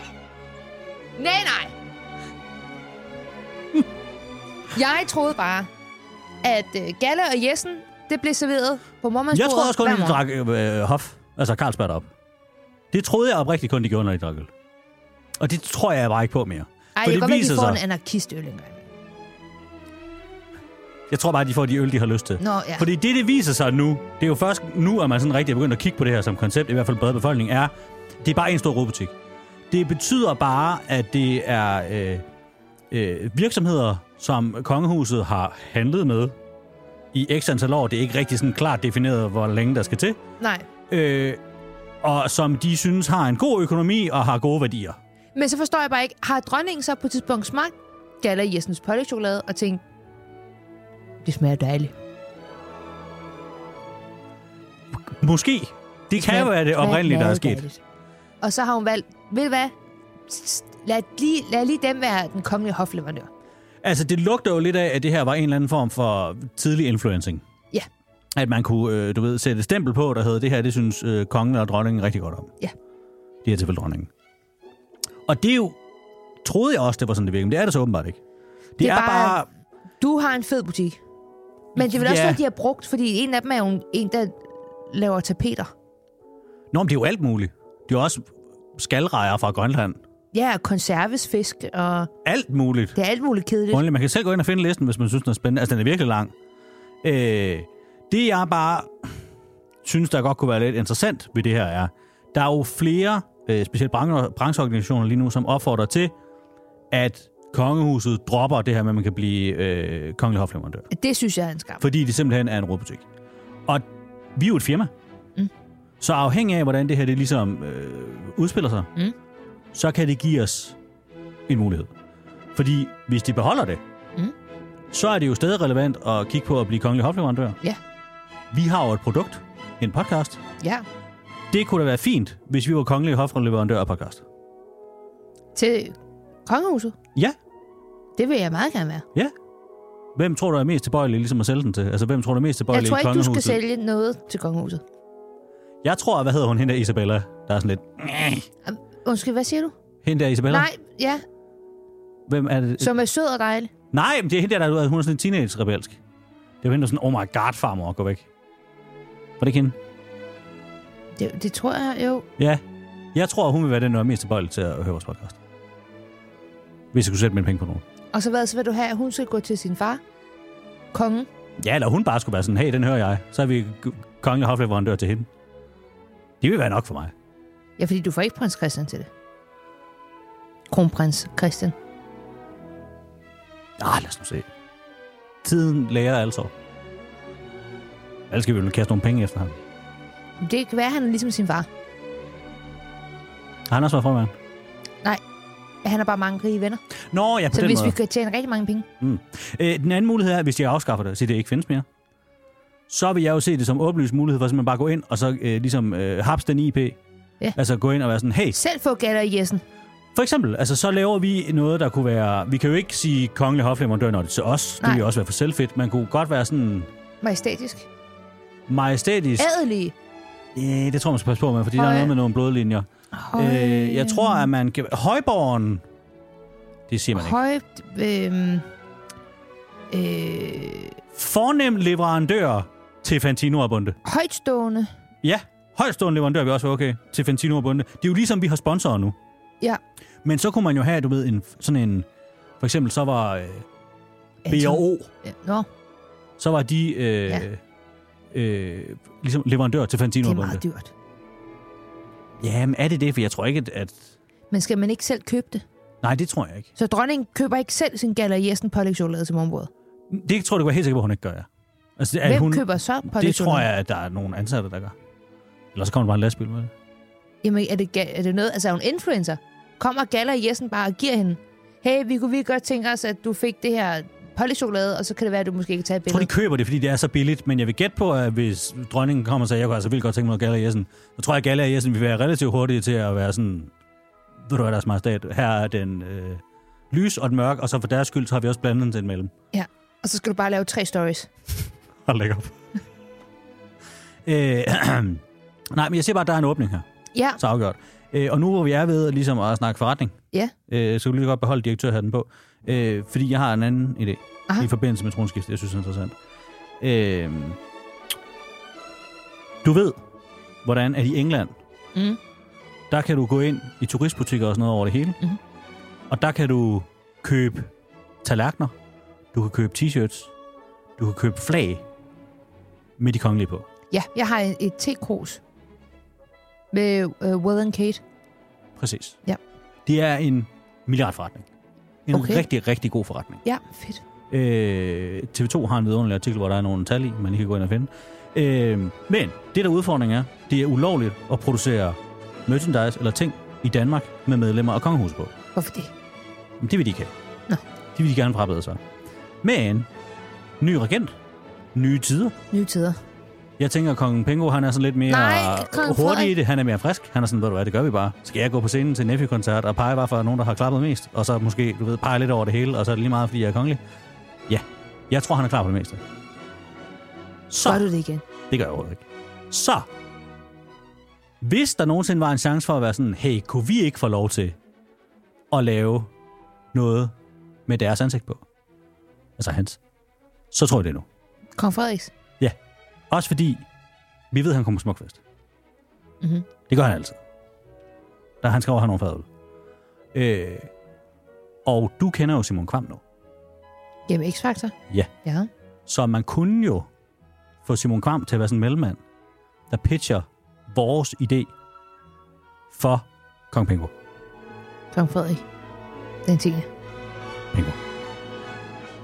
Speaker 3: Nej, nej. Jeg troede bare, at øh, Galle og Jessen, det blev serveret på mormandsbordet.
Speaker 2: Jeg troede også kun,
Speaker 3: hver
Speaker 2: at de
Speaker 3: morgen.
Speaker 2: drak øh, øh, hof, altså Carlsberg op. Det troede jeg oprigtigt kun, de gjorde, når de drak øl. Og det tror jeg bare ikke på mere.
Speaker 3: Ej,
Speaker 2: For
Speaker 3: jeg
Speaker 2: det
Speaker 3: kan godt være,
Speaker 2: viser
Speaker 3: de får
Speaker 2: sig.
Speaker 3: en anarkistøl engang.
Speaker 2: Jeg tror bare, de får de øl, de har lyst til.
Speaker 3: Nå, ja.
Speaker 2: Fordi det, det viser sig nu, det er jo først nu, at man sådan rigtig er begyndt at kigge på det her som koncept, i hvert fald den brede befolkning, er, det er bare en stor robutik. Det betyder bare, at det er øh, øh, virksomheder, som kongehuset har handlet med i x antal år. Det er ikke rigtig sådan klart defineret, hvor længe der skal til.
Speaker 3: Nej.
Speaker 2: Øh, og som de synes har en god økonomi og har gode værdier.
Speaker 3: Men så forstår jeg bare ikke, har dronningen så på et tidspunkt smagt Galle og Jessens pålægtschokolade og tænkt, det smager dejligt.
Speaker 2: Måske. Det kan jo være det oprindelige, der er sket.
Speaker 3: Og så har hun valgt, ved du hvad, S- lad lige, lad lige dem være den kommende hofleverandør.
Speaker 2: Altså, det lugter jo lidt af, at det her var en eller anden form for tidlig influencing.
Speaker 3: Ja.
Speaker 2: At man kunne, øh, du ved, sætte et stempel på, der hedder, det her, det synes øh, kongen og dronningen rigtig godt om.
Speaker 3: Ja.
Speaker 2: Det her tilfælde dronningen. Og det er jo, troede jeg også, det var sådan, det virkede, men det er det så åbenbart ikke. Det,
Speaker 3: Det
Speaker 2: det
Speaker 3: er
Speaker 2: er, bare...
Speaker 3: bare- Du har en fed butik. Men det vil også
Speaker 2: Ja.
Speaker 3: være, de har brugt, fordi en af dem er jo en- en, der laver tapeter.
Speaker 2: Nå, men det er jo alt muligt. Det er jo også skalrejer fra Grønland.
Speaker 3: Ja, og konservesfisk, og
Speaker 2: Alt muligt.
Speaker 3: det er alt muligt kedeligt.
Speaker 2: Grundlæggende, man kan selv gå ind og finde listen, hvis man synes, den er spændende. Altså, den er virkelig lang. Øh, det, jeg bare synes, der godt kunne være lidt interessant ved det her, er, der er jo flere, øh, specielt bran- brancheorganisationer lige nu, som opfordrer til, at kongehuset dropper det her med, at man kan blive øh, kongelig hofleverandør.
Speaker 3: Det synes jeg er en skam.
Speaker 2: Fordi det simpelthen er en rådbutik. Og vi er jo et firma. Mm. Så afhængig af, hvordan det her det ligesom øh, udspiller sig,
Speaker 3: Mm.
Speaker 2: så kan det give os en mulighed. Fordi hvis de beholder det,
Speaker 3: Mm.
Speaker 2: så er det jo stadig relevant at kigge på at blive kongelig hofleverandør.
Speaker 3: Ja.
Speaker 2: Vi har jo et produkt, en podcast.
Speaker 3: Ja,
Speaker 2: Det kunne da være fint, hvis vi var kongelig hofleverandør af podcast.
Speaker 3: til kongehuset.
Speaker 2: Ja,
Speaker 3: Det vil jeg meget gerne være.
Speaker 2: ja. Hvem tror du er mest tilbøjelig ligesom at sælge den til? Altså, hvem tror du er mest tilbøjelig
Speaker 3: Jeg tror
Speaker 2: i
Speaker 3: ikke, du skal
Speaker 2: kongehuset?
Speaker 3: sælge noget til kongehuset.
Speaker 2: Jeg tror, hvad hedder hun, hende der Isabella, der er sådan lidt...
Speaker 3: Undskyld, hvad siger du?
Speaker 2: Hende der Isabella?
Speaker 3: Nej, ja,
Speaker 2: Hvem er det?
Speaker 3: som er sød og dejlig.
Speaker 2: Nej, men det er hende der, der er- hun er sådan en teenage-rebelsk. Det var hende, der sådan, oh my god, farmor, gå væk. Var det ikke hende?
Speaker 3: Det, det tror jeg jo.
Speaker 2: Ja. Jeg tror, hun vil være den, der er mest tilbøjelig til at høre vores podcast. Hvis jeg kunne sætte mine penge på nogen.
Speaker 3: Og så hvad, så vil du have, at hun skal gå til sin far? Kongen?
Speaker 2: Ja, eller hun bare skulle være sådan, hey, den hører jeg. Så er vi g- kongelig hofleverandør til hende. Det vil være nok for mig.
Speaker 3: Ja, fordi du får ikke prins Christian til det. Kronprins Christian.
Speaker 2: Ah, lad os nu se. Tiden lærer altså. Ellers skal vi jo kaste nogle penge efter ham.
Speaker 3: Det kan være, at han er ligesom sin far.
Speaker 2: Har han også været formand?
Speaker 3: Nej. han har bare mange rige venner.
Speaker 2: Nå, ja, på
Speaker 3: Så
Speaker 2: den
Speaker 3: hvis
Speaker 2: måde.
Speaker 3: vi kan tjene rigtig mange penge.
Speaker 2: Øh, den anden mulighed er, hvis de afskaffer det, så det ikke findes mere, så vil jeg jo se det som åbenlyst mulighed for at man bare gå ind og så øh, ligesom øh, haps den IP.
Speaker 3: Ja.
Speaker 2: Altså gå ind og være sådan, hey,
Speaker 3: Selv få gatter i Jessen.
Speaker 2: for eksempel, altså så laver vi noget, der kunne være... Vi kan jo ikke sige kongelig hofleverandør, når det er til os. Det
Speaker 3: Nej.
Speaker 2: ville jo også være for selvfedt. Man kunne godt være sådan
Speaker 3: Majestætisk.
Speaker 2: majestætisk.
Speaker 3: Adelige.
Speaker 2: Øh, det tror jeg, man skal passe på med, fordi der er
Speaker 3: Høj.
Speaker 2: noget med nogle blodlinjer. Øh, jeg tror, at man kan... Højborgen... Det siger man ikke.
Speaker 3: Høj... Øh, øh,
Speaker 2: Fornem leverandør til Fantino og Bunde.
Speaker 3: højtstående.
Speaker 2: Ja, højstående leverandør vil også være okay til Fantino og Bunde. Det er jo ligesom, vi har sponsorer nu.
Speaker 3: Ja.
Speaker 2: Men så kunne man jo have, du ved, en, sådan en... For eksempel så var øh, B&O,
Speaker 3: Ja, Nå,
Speaker 2: så var de øh, ja.
Speaker 3: Ja.
Speaker 2: øh, ligesom leverandør til Fantino
Speaker 3: det
Speaker 2: og
Speaker 3: er meget
Speaker 2: Bunde.
Speaker 3: dyrt.
Speaker 2: Jamen er det det? For jeg tror ikke, at... at
Speaker 3: Men skal man ikke selv købe det?
Speaker 2: nej, det tror jeg ikke.
Speaker 3: Så dronningen køber ikke selv sin galler i Jessen pålægtschokolade til morgenbordet?
Speaker 2: Det tror jeg, du kan være helt sikker på, at hun ikke gør, ja. Altså, at
Speaker 3: Hvem
Speaker 2: hun,
Speaker 3: køber så pålægtschokolade?
Speaker 2: Det tror jeg, at der er nogle ansatte, der gør. Eller så kommer der bare en lastbil med det.
Speaker 3: Jamen, er det, ga- er det noget... Altså, er hun influencer? Kommer galler i Jessen bare og giver hende? Hey, vi kunne virkelig godt tænke os, at du fik det her pålægtschokolade, og så kan det være, at du måske kan tage et
Speaker 2: Jeg tror, de
Speaker 3: billede.
Speaker 2: køber det, fordi det er så billigt. Men jeg vil gætte på, at hvis dronningen kommer og siger, jeg kunne altså vildt godt tænke mig noget Galler Jessen, så tror jeg, at Galler Jessen vil være relativt hurtige til at være sådan, ved du hvad, deres majestat, her er den øh, lys og den mørk, og så for deres skyld, så har vi også blandet den til en mellem.
Speaker 3: Ja, og så skal du bare lave tre stories.
Speaker 2: Hold da op. øh, nej, men jeg siger bare, at der er en åbning her.
Speaker 3: Ja,
Speaker 2: Så afgjort. Øh, og nu hvor vi er ved ligesom at snakke forretning,
Speaker 3: ja.
Speaker 2: øh, så kan vi lige så godt beholde direktørhatten på. Øh, fordi jeg har en anden idé
Speaker 3: Aha.
Speaker 2: Aha. i forbindelse med tronskiftet, jeg synes er interessant. Øh, du ved, hvordan at i England,
Speaker 3: Mm.
Speaker 2: der kan du gå ind i turistbutikker og sådan noget over det hele.
Speaker 3: Mhm.
Speaker 2: Og der kan du købe tallerkener, du kan købe t-shirts, du kan købe flag med de kongelige på.
Speaker 3: Ja, jeg har et tekrus med uh, Will and Kate.
Speaker 2: Præcis.
Speaker 3: Ja.
Speaker 2: Det er en milliardforretning. En
Speaker 3: Okay.
Speaker 2: okay. rigtig, rigtig god forretning.
Speaker 3: Ja, fedt.
Speaker 2: Øh, TV2 har en vidunderlig artikel, hvor der er nogle tal i, man lige kan gå ind og finde. Øh, men det der udfordring er, det er ulovligt at producere merchandise eller ting i Danmark med medlemmer af kongehuset på.
Speaker 3: Hvorfor det?
Speaker 2: Men det vil de ikke have.
Speaker 3: Nå.
Speaker 2: Det vil de gerne frabede sig. Men, ny regent, nye tider.
Speaker 3: Nye tider.
Speaker 2: Jeg tænker, at kongen Pingo, han er sådan lidt mere
Speaker 3: Nej, kong
Speaker 2: hurtig i
Speaker 3: Frederik.
Speaker 2: det. Han er mere frisk. Han er sådan, ved du hvad, det gør vi bare. Skal jeg gå på scenen til en Neffy-koncert og pege bare for nogen, der har klappet mest? Og så måske, du ved, pege lidt over det hele, og så er det lige meget, fordi jeg er kongelig? Ja, jeg tror, han er klar på det meste. Så,
Speaker 3: Gør du det igen?
Speaker 2: det gør jeg overhovedet ikke. Så, hvis der nogensinde var en chance for at være sådan, hey, kunne vi ikke få lov til at lave noget med deres ansigt på? Altså hans. Så tror jeg det nu.
Speaker 3: Kong Frederiks?
Speaker 2: Ja. Også fordi, vi ved, at han kommer på smukfest.
Speaker 3: Mhm.
Speaker 2: Det gør han altid. Der han skal over have nogle fadøl. Øh, og du kender jo Simon Kvam nu.
Speaker 3: Jamen, X-Factor?
Speaker 2: Ja.
Speaker 3: Ja.
Speaker 2: Så man kunne jo få Simon Kvam til at være sådan en mellemmand, der pitcher vores idé for Kong Pingo.
Speaker 3: Kong Frederik. Den 10.
Speaker 2: Pingo.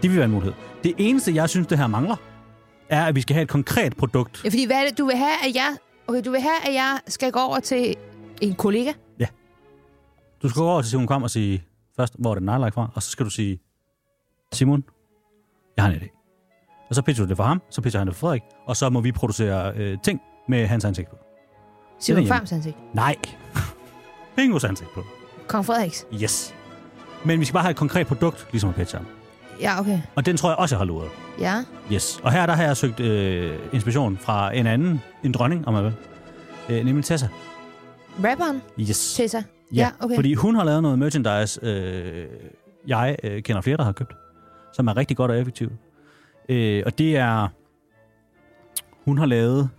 Speaker 2: Det vil være en mulighed. Det eneste, jeg synes, det her mangler, er, at vi skal have et konkret produkt.
Speaker 3: Ja, fordi hvad er det, du vil have, at jeg... Okay, du vil have, at jeg skal gå over til en kollega?
Speaker 2: Du skal gå over til Simon Kvam og sige, først, hvor er det nejlagt fra, og så skal du sige, Simon, jeg har en idé. Og så pitcher du det for ham, så pitcher han det for Frederik, og så må vi producere øh, ting med hans ansigt på.
Speaker 3: Simon
Speaker 2: hjemme.
Speaker 3: Farms ansigt.
Speaker 2: Nej, Pingos ansigt på.
Speaker 3: Kong Frederiks?
Speaker 2: Yes. Men vi skal bare have et konkret produkt, ligesom at pitche ham.
Speaker 3: Ja, okay.
Speaker 2: Og den tror jeg også, jeg har luret.
Speaker 3: Ja.
Speaker 2: Yes. Og her der har jeg søgt øh, inspiration fra en anden, en dronning, om man vil. Øh, nemlig Tessa.
Speaker 3: Rapperen?
Speaker 2: Yes.
Speaker 3: Tessa? ja okay.
Speaker 2: Fordi hun har lavet noget merchandise, øh, jeg øh, kender flere, der har købt, som er rigtig godt og effektivt. Øh, og det er... Hun har lavet...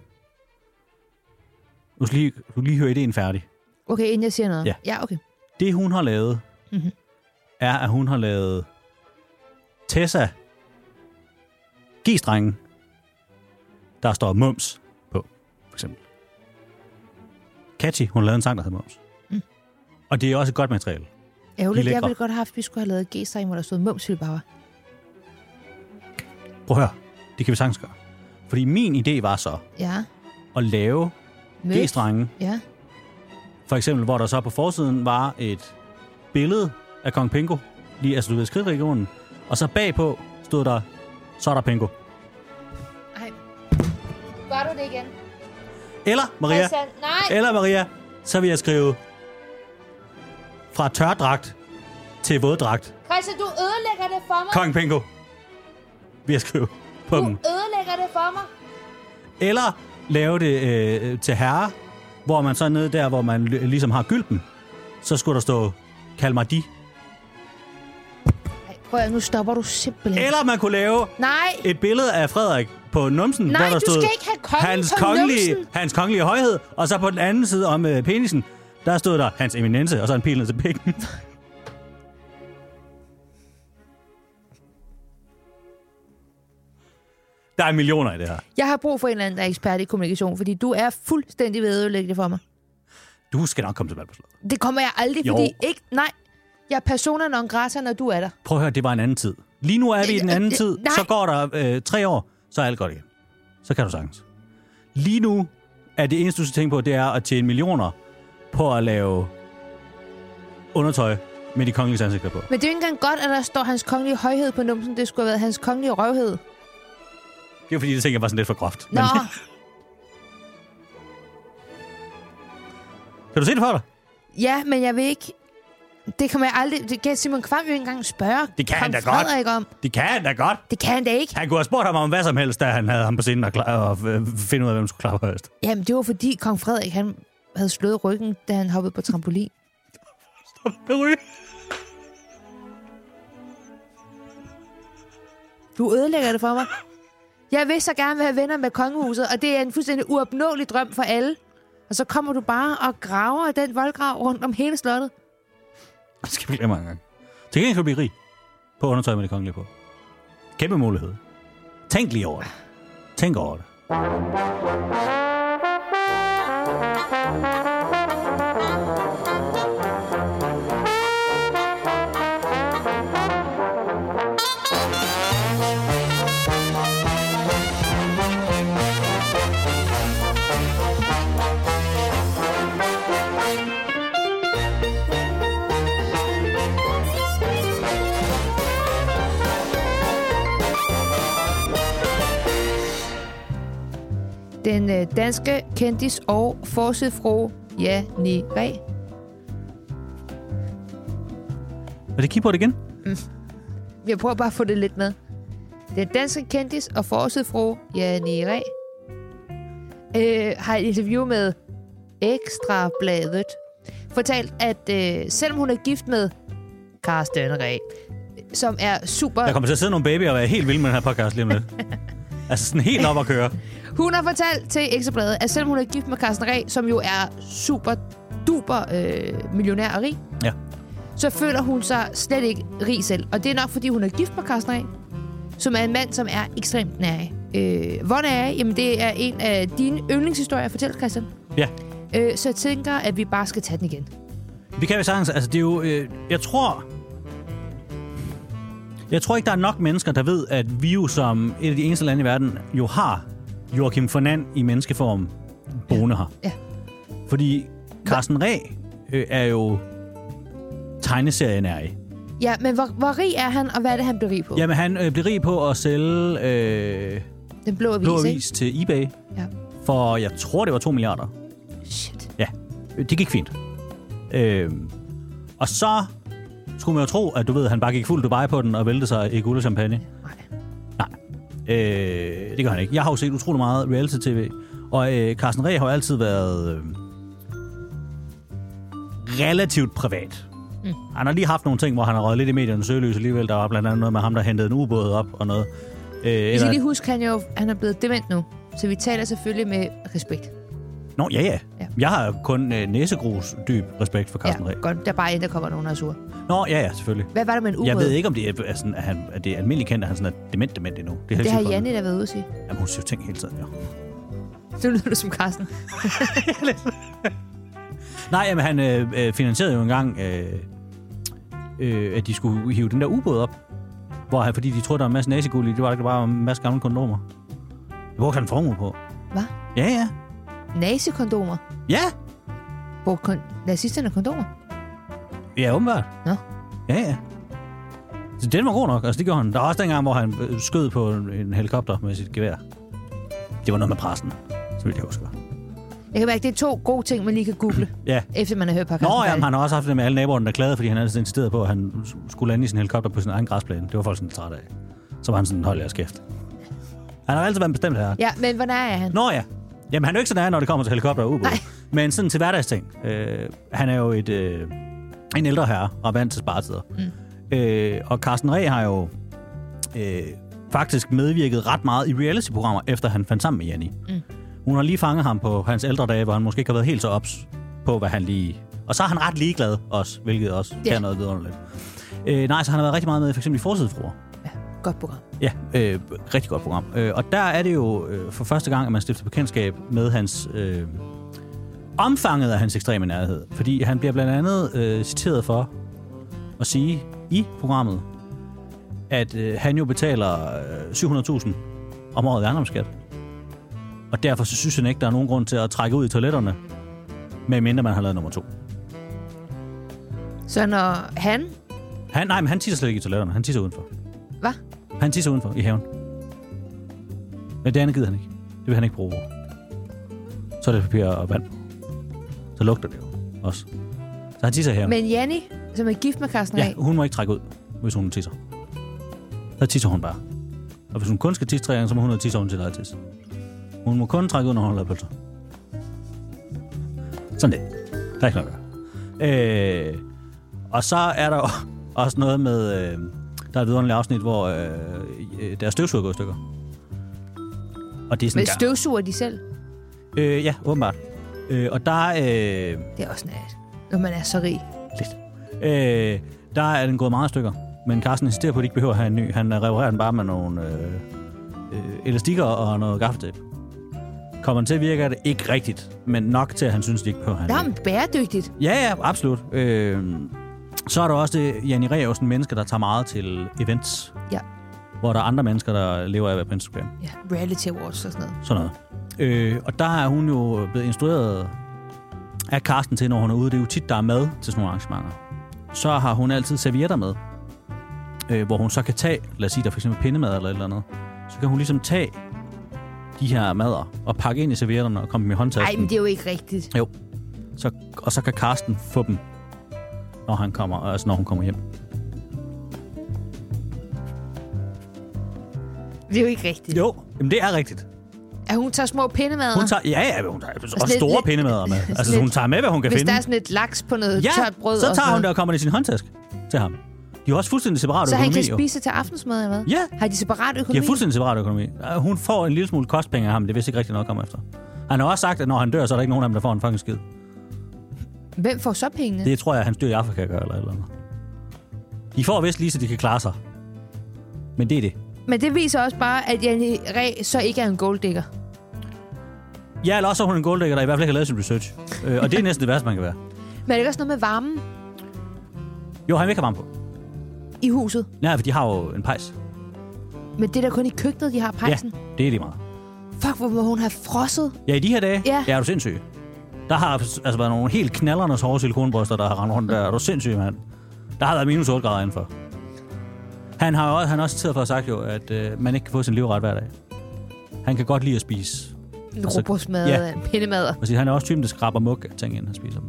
Speaker 2: Du skal lige, du skal lige høre idéen færdig.
Speaker 3: Okay, inden jeg siger noget.
Speaker 2: Ja.
Speaker 3: ja okay.
Speaker 2: Det, hun har lavet,
Speaker 3: Mhm.
Speaker 2: mm-hmm. er, at hun har lavet Tessa G-strengen, der står Mums på, for eksempel. Catchy, hun har lavet en sang, der hedder Mums.
Speaker 3: Mm.
Speaker 2: Mm. Og det er også et godt materiale.
Speaker 3: Ærgerligt,
Speaker 2: De er
Speaker 3: jeg
Speaker 2: lækre.
Speaker 3: ville godt have haft, at vi skulle have lavet G-streng, hvor der stod Mumsvild Bauer.
Speaker 2: Prøv at høre, det kan vi sagtens gøre. Fordi min idé var så
Speaker 3: Ja.
Speaker 2: at lave
Speaker 3: Mødt.
Speaker 2: G-strenge,
Speaker 3: Ja.
Speaker 2: for eksempel, hvor der så på forsiden var et billede af Kong Pingo, lige, altså du ved, skridtregionen, og så bagpå stod der, så er der Pingo.
Speaker 3: Ej. Gør du det igen?
Speaker 2: Eller, Maria,
Speaker 3: Christian, nej!
Speaker 2: eller Maria, så vil jeg skrive fra tørdragt til våddragt.
Speaker 3: Christian, du ødelægger det for mig!
Speaker 2: Kong Pingo, vil jeg skrive på
Speaker 3: Du
Speaker 2: dem.
Speaker 3: ødelægger det for mig!
Speaker 2: Eller lave det øh, til herre, hvor man så nede der, hvor man li- ligesom har gylden, så skulle der stå, kald mig de.
Speaker 3: Ej, prøv at, nu stopper du simpelthen.
Speaker 2: Eller man kunne lave
Speaker 3: Nej!
Speaker 2: et billede af Frederik på numsen,
Speaker 3: Nej,
Speaker 2: hvor der
Speaker 3: du
Speaker 2: stod
Speaker 3: skal ikke have kongen
Speaker 2: hans,
Speaker 3: på
Speaker 2: kongelige,
Speaker 3: numsen."
Speaker 2: hans kongelige højhed, og så på den anden side om øh, penisen, der stod der hans eminence, og så en pil ned til pikken. der er millioner i det her.
Speaker 3: Jeg har brug for en eller anden, der er ekspert i kommunikation, fordi du er fuldstændig ved at ødelægge det for mig.
Speaker 2: Du skal nok komme til valg på slottet.
Speaker 3: Det kommer jeg aldrig,
Speaker 2: Jo.
Speaker 3: fordi ikke... Nej, jeg er persona non grata, når du er der.
Speaker 2: Prøv at høre, det var en anden tid. Lige nu er vi i den anden
Speaker 3: Øh, øh,
Speaker 2: tid,
Speaker 3: nej.
Speaker 2: så går der øh, tre år, så er alt godt igen. Så kan du sagtens. Lige nu er det eneste, du skal tænke på, det er at tjene millioner på at lave undertøj med de kongelige ansigter på.
Speaker 3: Men det er jo ikke engang godt, at der står hans kongelige højhed på numsen. Det skulle have været hans kongelige røvhed.
Speaker 2: Det er fordi, det tænker jeg var sådan lidt for groft.
Speaker 3: Nå,
Speaker 2: Men, kan du se det for dig?
Speaker 3: ja, men jeg vil ikke... Det kan man aldrig... Det kan Simon Kvam jo ikke engang spørge
Speaker 2: Det kan han
Speaker 3: kong
Speaker 2: da godt.
Speaker 3: Frederik om.
Speaker 2: Det kan han da godt.
Speaker 3: Det kan han da ikke.
Speaker 2: Han kunne have spurgt ham om hvad som helst, da han havde ham på scenen og, klar, og øh, finde ud af, hvem der skulle klare højst.
Speaker 3: Jamen, det var fordi kong Frederik, han havde slået ryggen, da han hoppede på trampolin. Du ødelægger det for mig. Jeg vil så gerne være venner med kongehuset, og det er en fuldstændig uopnåelig drøm for alle. Og så kommer du bare og graver i den voldgrav rundt om hele slottet.
Speaker 2: Det skal vi glemme mange gange. Til gengæld kan du blive rig på undertøj med det kongelige på. Kæmpe mulighed. Tænk lige over det. Tænk over det.
Speaker 3: Den øh, danske kendis og forsidfru Janni Ræ.
Speaker 2: Er det keyboard igen?
Speaker 3: Jeg prøver bare at få det lidt med. Den danske kendis og forsidfru Janni Ræ øh, har i et interview med Ekstrabladet fortalt, at øh, selvom hun er gift med Carsten Ræ, som er super...
Speaker 2: Der kommer til at sidde nogle babyer og være helt vilde med den her podcast lige om lidt. altså sådan helt op at køre.
Speaker 3: Hun har fortalt til Ekstrabladet, at selvom hun er gift med Carsten Ræ, som jo er super duper øh, millionær og rig,
Speaker 2: Ja.
Speaker 3: så føler hun sig slet ikke rig selv. Og det er nok, fordi hun er gift med Carsten Ræ, som er en mand, som er ekstremt nærig. Øh, hvor nærig? Jamen, det er en af dine yndlingshistorier, fortæl Christian.
Speaker 2: Ja.
Speaker 3: Øh, så jeg tænker, at vi bare skal tage den igen.
Speaker 2: Vi kan jo sagtens, altså det er jo, øh, jeg tror, jeg tror ikke, der er nok mennesker, der ved, at vi jo som et af de eneste lande i verden, jo har Joachim Fernand i menneskeform boende her.
Speaker 3: Ja.
Speaker 2: Fordi Carsten Ræ øh, er jo tegneserien er i.
Speaker 3: Ja, men hvor, hvor rig er han, og hvad er det, han bliver rig på?
Speaker 2: Jamen, han øh, blev rig på at sælge øh,
Speaker 3: Den blå avis,
Speaker 2: blå
Speaker 3: ikke?
Speaker 2: avis til eBay
Speaker 3: Ja.
Speaker 2: for, jeg tror, det var 2 milliarder.
Speaker 3: Shit.
Speaker 2: Ja, øh, det gik fint. Øh, og så skulle man jo tro, at du ved, han bare gik fuld Dubai på den og væltede sig i guld og champagne.
Speaker 3: Nej.
Speaker 2: Øh, det gør han ikke. Jeg har jo set utrolig meget reality-tv, og øh, Carsten Reh har jo altid været øh, relativt privat. Mm. Han har lige haft nogle ting, hvor han har røget lidt i mediernes søgelys alligevel. Der var blandt andet noget med ham, der hentede en ubåd op og noget. Øh,
Speaker 3: Vi
Speaker 2: eller,
Speaker 3: skal lige huske, han, er jo, han er blevet dement nu, så vi taler selvfølgelig med respekt.
Speaker 2: Nå, ja, ja.
Speaker 3: Ja.
Speaker 2: Jeg har jo kun øh, næsegrus dyb respekt for Carsten ja.
Speaker 3: Ja, godt. Der er bare en, der kommer nogen, der er sur.
Speaker 2: Nå, ja, ja, selvfølgelig.
Speaker 3: Hvad var det med en ubåd?
Speaker 2: Jeg ved ikke, om det er, er, sådan, at, han, at det er almindeligt kendt, at han sådan er dement, dement endnu. Det, er helt
Speaker 3: Det har
Speaker 2: sikkert.
Speaker 3: Janne der været ude at sige.
Speaker 2: Jamen, hun siger jo ting hele tiden, jo.
Speaker 3: Nu lyder du som Carsten.
Speaker 2: Nej, jamen, han øh, øh, finansierede jo engang, øh, øh, at de skulle hive den der ubåd op. Hvor han, fordi de troede, der var en masse næseguld i, det var der ikke, der var en masse gamle kondomer. Det brugte han en formue på.
Speaker 3: Hvad?
Speaker 2: Ja, ja.
Speaker 3: Nasekondomer.
Speaker 2: Ja!
Speaker 3: Hvor kon- nazisterne kondomer?
Speaker 2: Ja, åbenbart.
Speaker 3: Nå.
Speaker 2: Ja, ja. Så den var god nok. Altså, det gjorde han. Der var også dengang, hvor han øh, skød på en, en helikopter med sit gevær. Det var noget med pressen, så vidt jeg husker.
Speaker 3: Jeg kan mærke, det er to gode ting, man lige kan google,
Speaker 2: Ja.
Speaker 3: efter man har hørt podcasten.
Speaker 2: Nå, ja,
Speaker 3: færdig.
Speaker 2: men han har også haft det med alle naboerne, der klagede, fordi han altid insisterede på, at han skulle lande i sin helikopter på sin egen græsplæne. Det var folk sådan træt af. Så var han sådan, hold jeres kæft. Han har altid været en bestemt herre.
Speaker 3: Ja, men hvordan er han?
Speaker 2: Nå ja. Jamen, han er jo ikke sådan her, når det kommer til helikopter og ubåd.
Speaker 3: Nej.
Speaker 2: Men sådan til hverdagsting. Øh, han er jo et, øh, en ældre herre og vant til sparetider. Mm. Øh, og Carsten Reh har jo øh, faktisk medvirket ret meget i reality-programmer, efter han fandt sammen med Jenny. Mm. Hun har lige fanget ham på hans ældre dage, hvor han måske ikke har været helt så ops på, hvad han lige... Og så er han ret ligeglad også, hvilket også
Speaker 3: Ja.
Speaker 2: yeah. kan noget vidunderligt. Øh, nej, så han har været rigtig meget med for eksempel i Forsidefruer.
Speaker 3: Ja, godt program.
Speaker 2: Ja, øh, rigtig godt program. Øh, og der er det jo øh, for første gang, at man stifter bekendtskab med hans... Øh, omfanget af hans ekstreme nærhed. Fordi han bliver blandt andet øh, citeret for at sige i programmet, at øh, han jo betaler øh, 700.000 om året i ejendomsskat. Og derfor så synes han ikke, der er nogen grund til at trække ud i toiletterne, medmindre man har lavet nummer to.
Speaker 3: Så når han...
Speaker 2: Han, nej, men han tisser slet ikke i toiletterne. Han tisser udenfor.
Speaker 3: Hvad?
Speaker 2: Han tisser udenfor i haven. Men det andet gider han ikke. Det vil han ikke bruge. Så er det papir og vand. Så lugter det jo også. Så han tisser i haven.
Speaker 3: Men Janni, som er gift med Carsten
Speaker 2: ja,
Speaker 3: Ræ,
Speaker 2: hun må ikke trække ud, hvis hun tisser. Så tisser hun bare. Og hvis hun kun skal tisse tre gange, så må hun ud og tisse oven til eget tis. Hun må kun trække ud, når hun har lavet pølser. Sådan det. Der er ikke noget at gøre. Øh, og så er der også noget med... Øh, der er et vidunderligt afsnit, hvor øh, øh, deres støvsuger går i stykker. Og det er sådan...
Speaker 3: men
Speaker 2: en gang-
Speaker 3: støvsuger de selv.
Speaker 2: Øh, ja, åbenbart. Øh, og der er... Øh,
Speaker 3: Det er også nært, når man er så rig.
Speaker 2: Lidt. Øh, der er den gået meget i stykker. Men Carsten insisterer på, at de ikke behøver at have en ny. Han reparerer den bare med nogle øh, øh, elastikker og noget gaffetape. Kommer den til at virke, er det ikke rigtigt. Men nok til, at han synes, de ikke behøver at
Speaker 3: Der
Speaker 2: have
Speaker 3: er
Speaker 2: en ny.
Speaker 3: man bæredygtigt.
Speaker 2: Ja, ja, absolut. Øh, så er der også det, Janne Reh er jo sådan en menneske, der tager meget til events.
Speaker 3: Ja,
Speaker 2: Hvor der er andre mennesker, der lever af at være på Instagram.
Speaker 3: ja. reality awards og sådan noget.
Speaker 2: Sådan noget. Øh, og der er hun jo blevet instrueret af Karsten til, når hun er ude. Det er jo tit, der er mad til sådan nogle arrangementer. Så har hun altid servietter med, øh, hvor hun så kan tage, lad os sige, der er for eksempel pindemad eller et eller andet. Så kan hun ligesom tage de her mader og pakke ind i servietterne og komme dem i
Speaker 3: Nej,
Speaker 2: håndtasken.
Speaker 3: men det er jo ikke rigtigt.
Speaker 2: Jo. Så, og så kan Karsten få dem, når, han kommer, altså når hun kommer hjem.
Speaker 3: Det er jo ikke rigtigt.
Speaker 2: Jo, jamen det er rigtigt.
Speaker 3: At hun tager små pindemader.
Speaker 2: Hun tager, ja, ja, hun tager også
Speaker 3: lidt-
Speaker 2: store
Speaker 3: lidt-
Speaker 2: pindemader med. Altså,
Speaker 3: Altså, lidt-
Speaker 2: hun tager med, hvad hun kan
Speaker 3: Hvis
Speaker 2: finde.
Speaker 3: der er sådan lidt laks på noget tørt brød
Speaker 2: så
Speaker 3: og
Speaker 2: tager
Speaker 3: sådan
Speaker 2: hun det
Speaker 3: noget,
Speaker 2: og kommer det i sin håndtaske til ham. De har også fuldstændig separat
Speaker 3: Så han
Speaker 2: økonomi,
Speaker 3: kan
Speaker 2: jo.
Speaker 3: spise til aftensmad, eller hvad?
Speaker 2: Ja.
Speaker 3: Har de separat økonomi?
Speaker 2: De har fuldstændig separat økonomi. Øh, Hun får en lille smule kostpenge af ham, det vidste ikke rigtig noget kommer efter. Han har også sagt, at når han dør, så er der ikke nogen af dem, der får en fucking skid.
Speaker 3: Hvem får så pengene?
Speaker 2: Det tror jeg, han dør i Afrika gør, eller et eller andet. De får vist lige, så de kan klare sig. Men det er det.
Speaker 3: Men det viser også bare, at Janne Ræ så ikke er en golddigger.
Speaker 2: Ja, eller også er hun en golddigger, der i hvert fald ikke har lavet sin research. Øh, og det er næsten det værste, man kan være.
Speaker 3: Men er det ikke også noget med varmen
Speaker 2: Jo, han vil ikke have varme på.
Speaker 3: i huset?
Speaker 2: Nej, for de har jo en pejs.
Speaker 3: Men det er da kun i køkkenet, de har pejsen.
Speaker 2: Ja, det er lige meget.
Speaker 3: Fuck, hvor må hun have frosset.
Speaker 2: Ja, i de her dage,
Speaker 3: Ja.
Speaker 2: ja. er du sindssyg. Der har altså været nogle helt knallernes hårde silikonbryster, der har rendt rundt der. Er du sindssyg, mand? Der har været minus 8 grader indenfor. Han har jo også, han har også tid for at sagt jo, at øh, man ikke kan få sin livret hver dag. Han kan godt lide at spise.
Speaker 3: En
Speaker 2: Altså,
Speaker 3: robotsmad,
Speaker 2: ja.
Speaker 3: en pindemad.
Speaker 2: Og siger, han er også typen, der skraber muk af ting, inden han spiser dem.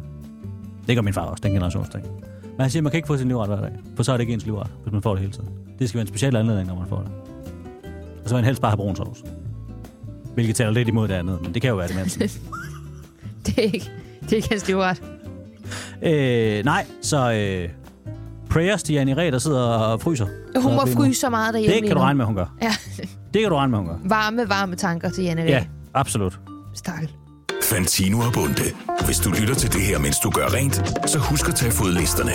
Speaker 2: Det gør min far også, den generationsting. Men han siger, at man kan ikke få sin livret hver dag, for så er det ikke ens livret, hvis man får det hele tiden. Det skal være en speciel anledning, når man får det. Og så vil han helst bare have brun sovs. Hvilket taler lidt imod det andet, men det kan jo være det mindste.
Speaker 3: Det er ikke, det er ikke hans livret.
Speaker 2: Øh, nej, så øh, prayers til Janne Ræ, der sidder og fryser.
Speaker 3: Hun må
Speaker 2: Så det-
Speaker 3: fryse så meget derhjemme.
Speaker 2: Det
Speaker 3: lige
Speaker 2: kan du
Speaker 3: nu.
Speaker 2: regne med, hun gør.
Speaker 3: Ja.
Speaker 2: Det kan du regne med, hun gør.
Speaker 3: Varme, varme tanker til Janne Ræ.
Speaker 2: Ja, absolut.
Speaker 3: Stakkel.
Speaker 1: Fantino og Bunde. Hvis du lytter til det her, mens du gør rent, så husk at tage fodlisterne.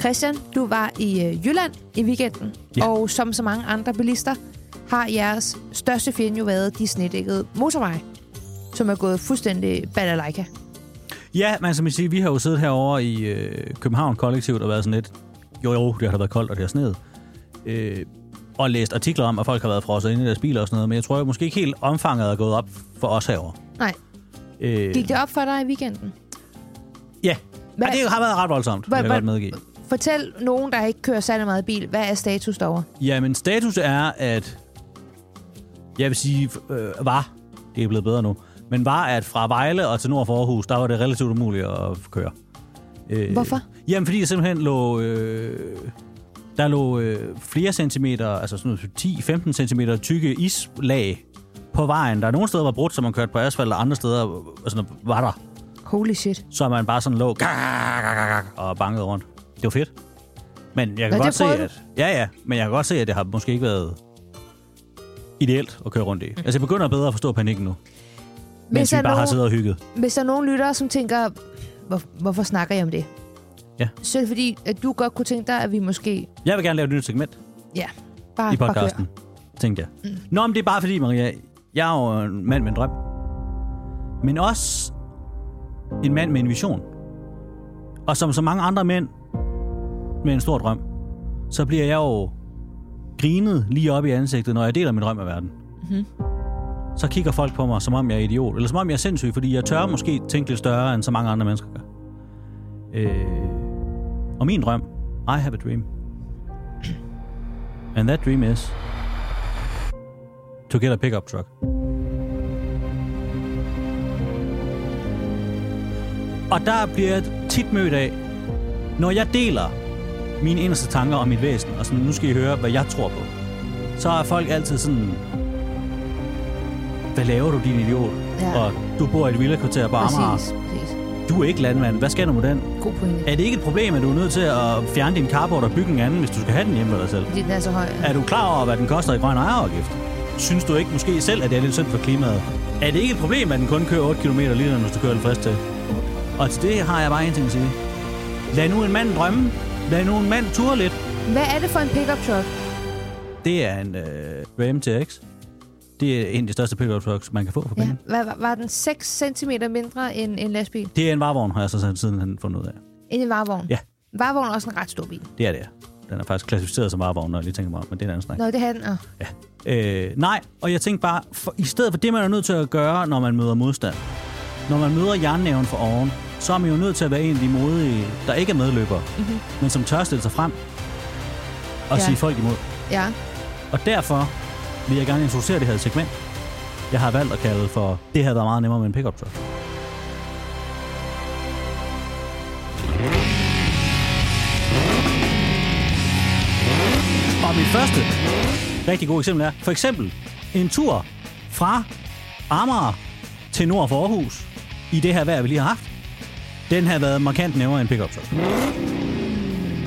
Speaker 3: Christian, du var i øh, Jylland i weekenden,
Speaker 2: Ja.
Speaker 3: og som så mange andre bilister, har jeres største fjende jo været de snedækkede motorveje, som er gået fuldstændig balalaika.
Speaker 2: Ja, men som I siger, vi har jo siddet herovre i øh, København kollektivt og været sådan lidt, jo jo, det har da været koldt, og det har sneet. Øh, og læst artikler om, at folk har været frosset inde i deres biler og sådan noget, men jeg tror jo måske ikke helt omfanget er gået op for os herovre.
Speaker 3: Nej.
Speaker 2: Øh,
Speaker 3: Gik det op for dig i weekenden?
Speaker 2: Ja.
Speaker 3: Hvad-
Speaker 2: Hvad? Ja, det har været ret voldsomt, hvad,
Speaker 3: Hvad-
Speaker 2: vil jeg
Speaker 3: hvad-
Speaker 2: godt medgive.
Speaker 3: Fortæl nogen, der ikke kører særlig meget i bil. Hvad er status derovre?
Speaker 2: Jamen, status er, at... Jeg vil sige, øh, var... Det er blevet bedre nu. Men var, at fra Vejle og til Nord for Aarhus, der var det relativt umuligt at køre. Øh,
Speaker 3: Hvorfor?
Speaker 2: Jamen, fordi der simpelthen lå... Øh, der lå øh, flere centimeter, altså sådan noget 10-15 centimeter tykke islag på vejen. Der er nogle steder, der var brudt, som man kørte på asfalt, og andre steder altså, var der.
Speaker 3: Holy shit.
Speaker 2: Så man bare sådan lå og bankede rundt. Det var fedt. Men jeg kan
Speaker 3: Nå,
Speaker 2: godt
Speaker 3: det
Speaker 2: se,
Speaker 3: prøvede du.
Speaker 2: at... Ja, ja. Men jeg kan godt se, at det har måske ikke været ideelt at køre rundt i. Altså, jeg begynder bedre at forstå panikken nu. Mens vi
Speaker 3: der
Speaker 2: bare har
Speaker 3: er nogen-
Speaker 2: siddet og hygget.
Speaker 3: Hvis der er nogen lyttere, som tænker, hvor, hvorfor snakker jeg om det?
Speaker 2: Ja.
Speaker 3: Så er det fordi, at du godt kunne tænke dig, at vi måske...
Speaker 2: Jeg vil gerne lave et nyt segment
Speaker 3: Ja, bare
Speaker 2: i podcasten, tænkte jeg. Mm. Nå, men det er bare fordi, Maria, jeg er jo en mand med en drøm. Men også en mand med en vision. Og som så mange andre mænd med en stor drøm, så bliver jeg jo grinet lige op i ansigtet, når jeg deler min drøm af verden. Mm-hmm. Så kigger folk på mig, som om jeg er idiot, eller som om jeg er sindssyg, fordi jeg tør måske tænke lidt større, end så mange andre mennesker gør. Øh, og min drøm, I have a dream. And that dream is to get a pickup truck. Og der bliver jeg tit mødt af, når jeg deler mine inderste tanker om mit væsen, og sådan, nu skal I høre, hvad jeg tror på, så er folk altid sådan, hvad laver du, din idiot?
Speaker 3: Ja.
Speaker 2: Og du bor i et villakvarter på
Speaker 3: Præcis,
Speaker 2: Amager.
Speaker 3: præcis.
Speaker 2: Du er ikke landmand. Hvad skal du med den?
Speaker 3: God pointe.
Speaker 2: Er det ikke et problem, at du er nødt til at fjerne din cardboard og bygge en anden, hvis du skal have den hjemme med dig selv?
Speaker 3: Fordi den er så høj.
Speaker 2: Er du klar over, hvad den koster i grøn ejerafgift? Synes du ikke måske selv, at det er lidt synd for klimaet? Er det ikke et problem, at den kun kører 8 km lige når du kører den frisk til? Og til det har jeg bare en ting at sige. Lad nu en mand drømme. Lad nu en mand ture lidt.
Speaker 3: Hvad er det for en pickup truck?
Speaker 2: Det er en øh, Ram TX. Det er en af de største pickup trucks, man kan få for
Speaker 3: Ja.
Speaker 2: penge. Ja.
Speaker 3: Var, var den 6 cm mindre end en lastbil?
Speaker 2: Det er en varevogn, har jeg så siden fundet ud af.
Speaker 3: End en varevogn?
Speaker 2: Ja.
Speaker 3: Varevogn er også en ret stor bil.
Speaker 2: Det er det. Den er faktisk klassificeret som varevogn, når jeg lige tænker mig om, men det er en anden snak.
Speaker 3: Nå, det havde den. ah, Åh.
Speaker 2: Ja. Øh, nej, og jeg tænkte bare, for, i stedet for det, man er nødt til at gøre, når man møder modstand, når man møder jernnæven for oven, så er man jo nødt til at være en af de modige, der ikke er medløbere, mm-hmm. men som tør stille sig frem og
Speaker 3: Ja.
Speaker 2: ja. sige folk imod.
Speaker 3: Ja.
Speaker 2: Og derfor vil jeg gerne introducere det her segment, jeg har valgt at kalde for, det havde været meget nemmere med en pickup truck. Og mit første rigtig gode eksempel er, for eksempel en tur fra Amager til Nord for Aarhus, i det her vejr, vi lige har haft, den har været markant nemmere end pickup truck.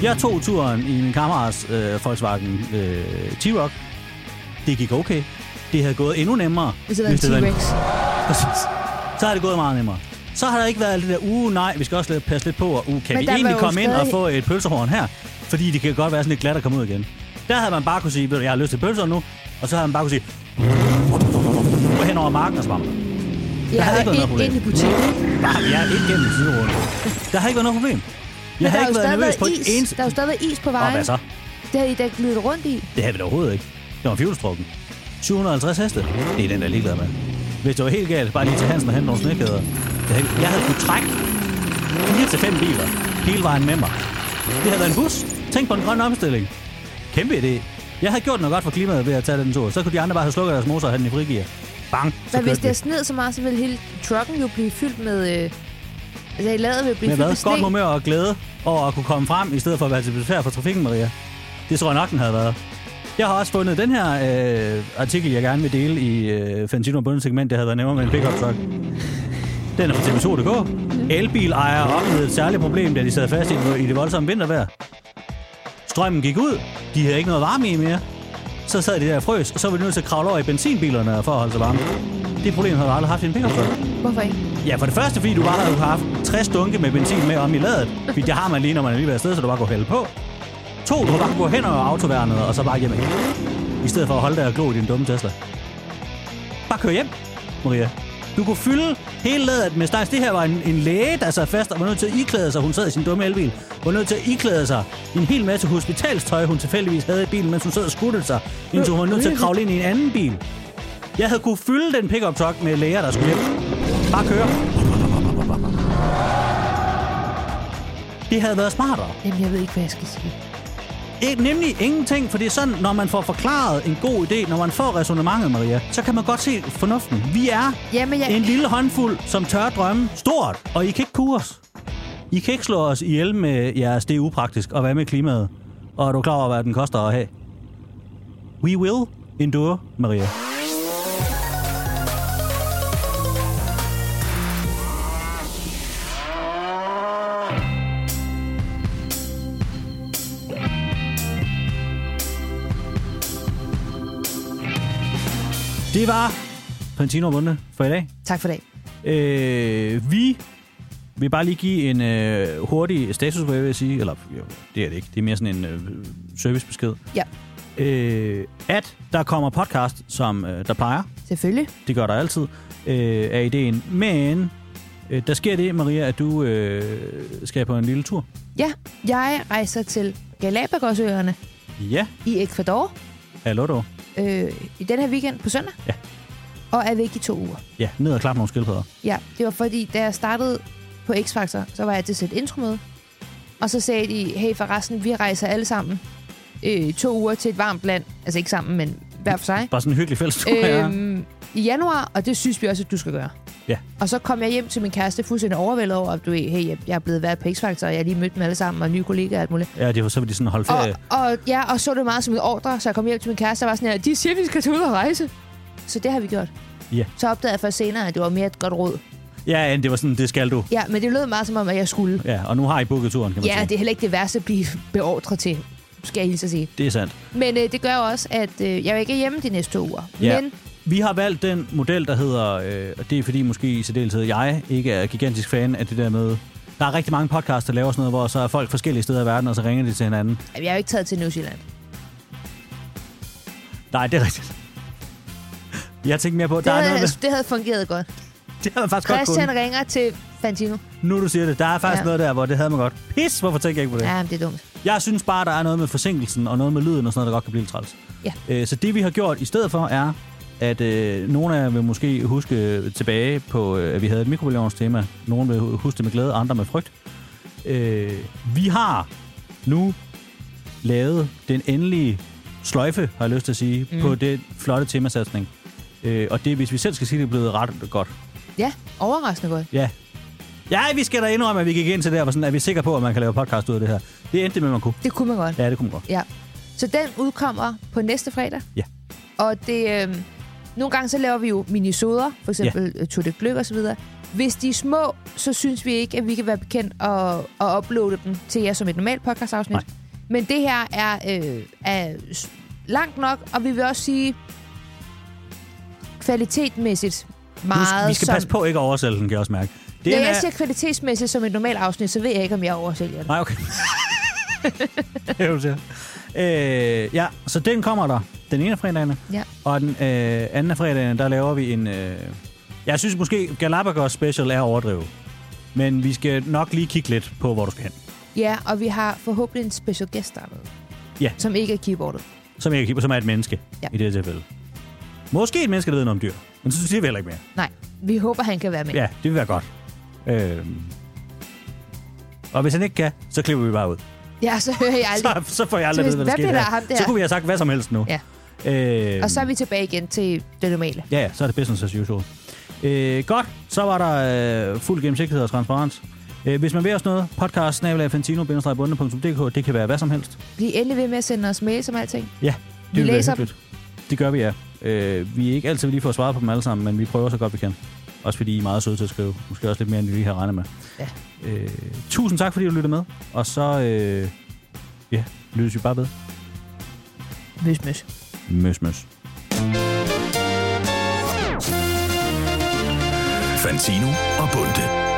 Speaker 2: Jeg tog turen i min kammerats øh, Volkswagen øh, T-Roc. Det gik okay. Det havde gået endnu nemmere,
Speaker 3: Hvis det var en T-Rex.
Speaker 2: Præcis. Så har det gået meget nemmere. Så har der ikke været alt det der, uh nej, vi skal også lidt- passe lidt på, og uh, kan
Speaker 3: Men
Speaker 2: vi
Speaker 3: der var
Speaker 2: egentlig
Speaker 3: jo
Speaker 2: komme ind og
Speaker 3: stadig-
Speaker 2: få et pølsehorn her? Fordi det kan godt være sådan lidt glat at komme ud igen. Der havde man bare kunne sige, ved du, jeg har lyst til pølser nu, og så havde man bare kunne sige, hen over marken og svampet.
Speaker 3: Ja,
Speaker 2: havde ikke været noget
Speaker 3: ind,
Speaker 2: problem.
Speaker 3: ind i butikken.
Speaker 2: Bare, jeg er ikke gennem siderunden. Der har ikke været noget problem. Jeg har
Speaker 3: der har
Speaker 2: ikke
Speaker 3: jo
Speaker 2: været
Speaker 3: stadig
Speaker 2: nervøs på
Speaker 3: været
Speaker 2: et
Speaker 3: is.
Speaker 2: eneste...
Speaker 3: Der er jo stadig været is på
Speaker 2: Og
Speaker 3: vejen.
Speaker 2: hvad så?
Speaker 3: Det har I da ikke lyttet rundt i.
Speaker 2: Det havde vi da overhovedet ikke. Det var en fjolstrukken. 750 heste. Det er den, der er ligeglad med. Hvis det var helt galt, bare lige til Hansen og hente nogle snekæder. Jeg havde, jeg havde kunnet trække 4-5 biler hele vejen med mig. Det havde været en bus. Tænk på en grøn omstilling. Kæmpe idé. Jeg havde gjort noget godt for klimaet ved at tage den tur. Så kunne de andre bare have slukket deres motor og have den i frigear. Bang, så
Speaker 3: Men hvis
Speaker 2: kørte
Speaker 3: det
Speaker 2: vi.
Speaker 3: er sned så meget, så vil hele trucken jo blive fyldt med... Øh, altså, i ladet vil blive
Speaker 2: Med hvad?
Speaker 3: fyldt med
Speaker 2: Godt
Speaker 3: sne.
Speaker 2: humør og glæde over at kunne komme frem, i stedet for at være til besvær for trafikken, Maria. Det tror jeg nok, den havde været. Jeg har også fundet den her øh, artikel, jeg gerne vil dele i øh, Fantino Bundes segment, det havde været nemmere med en pickup truck. Den er fra TV2.dk. Elbilejere oplevede et særligt problem, da de sad fast i det, i det voldsomme vintervejr. Strømmen gik ud. De havde ikke noget varme i mere. Så sad de der og frøs, og så var de nødt til at kravle over i benzinbilerne for at holde sig varme. Det problem havde du aldrig haft i en pickup truck.
Speaker 3: Hvorfor ikke?
Speaker 2: Ja, for det første, fordi du bare havde haft 60 dunke med benzin med om i ladet. Fordi det har man lige, når man er lige ved afsted, så du bare går hælde på. To, du kan bare gå hen over autoværnet, og så bare hjem igen. I stedet for at holde der og glo i din dumme Tesla. Bare kør hjem, Maria. Du kunne fylde hele ladet med stejs. Det her var en, en læge, der sad fast og var nødt til at iklæde sig. Hun sad i sin dumme elbil. Var nødt til at iklæde sig i en hel masse hospitalstøj, hun tilfældigvis havde i bilen, mens hun sad og skuttede sig, indtil hun var nødt til at kravle ind i en anden bil. Jeg havde kunne fylde den pickup truck med læger, der skulle hjem. Bare køre. Det havde været smartere.
Speaker 3: Jamen, jeg ved ikke, hvad jeg skal sige.
Speaker 2: Ikke, nemlig ingenting, for det er sådan, når man får forklaret en god idé, når man får resonemanget, Maria, så kan man godt se fornuften. Vi er
Speaker 3: Jamen, jeg-
Speaker 2: en lille håndfuld, som tør drømme stort, og I kan ikke kue os. I kan ikke slå os ihjel med jeres, det er upraktisk, og hvad med klimaet? Og er du klar over, hvad den koster at have? We will endure, Maria. Det var Pantino Bunde for i dag.
Speaker 3: Tak for i dag.
Speaker 2: Øh, vi vil bare lige give en øh, hurtig status, hvad jeg vil sige. Eller, jo, det er det ikke. Det er mere sådan en øh, servicebesked.
Speaker 3: Ja,
Speaker 2: Øh, at der kommer podcast, som øh, der plejer.
Speaker 3: selvfølgelig.
Speaker 2: Det gør der altid, øh, er ideen. Men øh, der sker det, Maria, at du øh, skal på en lille tur.
Speaker 3: Ja, jeg rejser til Galapagosøerne
Speaker 2: Ja,
Speaker 3: i Ecuador
Speaker 2: hallo du.
Speaker 3: øh, i den her weekend på søndag.
Speaker 2: Ja.
Speaker 3: Og er væk i to uger.
Speaker 2: Ja, ned og klappe nogle skildpadder.
Speaker 3: Ja, det var fordi, da jeg startede på X-Factor, så var jeg til sit intromøde. Og så sagde de, hey forresten, vi rejser alle sammen øh, to uger til et varmt land. Altså ikke sammen, men hver for sig.
Speaker 2: Bare sådan en hyggelig fælles tur. ja.
Speaker 3: Øhm, I januar, og det synes vi også, at du skal gøre.
Speaker 2: Ja.
Speaker 3: Og så kom jeg hjem til min kæreste fuldstændig overvældet over, at du ved, hey, jeg, jeg er blevet vært på X-Factor, og jeg har lige mødt dem alle sammen, og nye kollegaer og alt muligt.
Speaker 2: ja, det var så, vil de sådan holde ferie.
Speaker 3: Og, og, ja, og så det meget som en ordre, så jeg kom hjem til min kæreste og var sådan her, de siger, vi skal tage ud og rejse. Så det har vi gjort.
Speaker 2: Ja.
Speaker 3: Så opdagede jeg først senere, at det var mere et godt råd.
Speaker 2: Ja, ja, det var sådan, det skal du.
Speaker 3: Ja, men det lød meget som om, at jeg skulle.
Speaker 2: Ja, og nu har I booket turen, kan man
Speaker 3: Ja,
Speaker 2: sige.
Speaker 3: det er heller ikke det værste at blive beordret til, skal jeg hilse at sige.
Speaker 2: det er sandt.
Speaker 3: Men øh, det gør jo også, at øh, jeg jo ikke er hjemme de næste to uger.
Speaker 2: Ja.
Speaker 3: Men
Speaker 2: Vi har valgt den model, der hedder, øh, og det er fordi måske i særdeleshed jeg ikke er gigantisk fan af det der med, der er rigtig mange podcasts, der laver sådan noget, hvor så er folk forskellige steder i verden, og så ringer de til hinanden.
Speaker 3: jeg er jo ikke taget til New Zealand.
Speaker 2: Nej, det er rigtigt. Jeg tænkte mere på,
Speaker 3: Det,
Speaker 2: der er
Speaker 3: havde,
Speaker 2: noget med,
Speaker 3: det havde fungeret godt.
Speaker 2: det havde man faktisk
Speaker 3: Christian
Speaker 2: godt
Speaker 3: ringer til Fantino.
Speaker 2: kunnet. Nu du siger det, der er faktisk ja.
Speaker 3: Ja.
Speaker 2: noget der, hvor det havde man godt. Pis, hvorfor tænker jeg ikke på det?
Speaker 3: Ja, men det er dumt.
Speaker 2: Jeg synes bare, der er noget med forsinkelsen og noget med lyden og sådan noget, der godt kan blive lidt træls.
Speaker 3: Ja.
Speaker 2: Øh, så det, vi har gjort i stedet for, er, at øh, nogle af jer vil måske huske tilbage på, øh, at vi havde et mikrobølgeovnstema. Nogle vil hu- huske det med glæde, andre med frygt. Øh, vi har nu lavet den endelige sløjfe, har jeg lyst til at sige, mm. på den flotte temasatsning. Øh, og det, hvis vi selv skal sige, det er blevet ret godt.
Speaker 3: Ja, overraskende godt.
Speaker 2: Ja. Ja, vi skal da indrømme, at vi gik ind til det her, og var sådan, er vi sikre på, at man kan lave podcast ud af det her. Det endte det med, at man kunne.
Speaker 3: Det kunne man godt.
Speaker 2: Ja, det kunne man godt.
Speaker 3: Ja. Så den udkommer på næste fredag.
Speaker 2: Ja.
Speaker 3: Og det... Øh, nogle gange så laver vi jo minisoder, for eksempel ja. Tour de Gløk og så videre. Hvis de er små, så synes vi ikke, at vi kan være bekendt at, at uploade dem til jer som et normalt podcastafsnit.
Speaker 2: Nej.
Speaker 3: Men det her er, øh, er s- langt nok, og vi vil også sige kvalitetmæssigt meget
Speaker 2: Nu, vi skal
Speaker 3: som...
Speaker 2: passe på ikke at oversælge den, kan jeg også mærke. Det
Speaker 3: Når jeg siger kvalitetsmæssigt som et normalt afsnit, så ved jeg ikke, om jeg oversælger det.
Speaker 2: Nej, okay. det er jo det. Øh, ja, så den kommer der den ene af fredagene,
Speaker 3: Ja.
Speaker 2: og den øh, anden af fredagene, der laver vi en... Øh, jeg synes måske, Galapagos Special er at overdrive. Men vi skal nok lige kigge lidt på, hvor du skal hen.
Speaker 3: Ja, og vi har forhåbentlig en special guest dernede.
Speaker 2: Ja.
Speaker 3: Som ikke er keyboardet.
Speaker 2: Som, jeg, kan- som er et menneske
Speaker 3: Ja.
Speaker 2: ja. i det her tilfælde. Måske et menneske, der ved noget om dyr. Men så siger vi heller ikke mere.
Speaker 3: Nej, vi håber, han kan være med.
Speaker 2: Ja, det vil være godt. Øh, og hvis han ikke kan, så klipper vi bare ud.
Speaker 3: ja så hører jeg aldrig.
Speaker 2: så, så får jeg aldrig
Speaker 3: Så
Speaker 2: at vide, hvad der
Speaker 3: hvis- hvad
Speaker 2: skete
Speaker 3: bliver der
Speaker 2: her.
Speaker 3: af ham der?
Speaker 2: Så kunne vi have sagt hvad som helst nu.
Speaker 3: Ja.
Speaker 2: Øh,
Speaker 3: Og så er vi tilbage igen til det normale.
Speaker 2: Ja, ja, så er det business as usual. Øh, godt, så var der øh, fuld gennemsigtighed og transparens. Øh, hvis man vil os noget, podcast snabelagfantino-bunde.dk, det kan være hvad som helst.
Speaker 3: Bliv endelig ved med at sende os mails om alting.
Speaker 2: Ja, det
Speaker 3: Vi
Speaker 2: vil være
Speaker 3: læser
Speaker 2: hyggeligt. Det gør vi, ja. Øh, vi er ikke altid lige får svaret på dem alle sammen, men vi prøver så godt vi kan. Også fordi I er meget søde til at skrive. Måske også lidt mere, end vi lige har regnet med.
Speaker 3: Ja.
Speaker 2: Øh, tusind tak, fordi du lyttede med. Og så øh, ja, lyttes vi bare ved.
Speaker 3: Møs, møs.
Speaker 2: Møs, møs.
Speaker 1: Fantino og Bunde.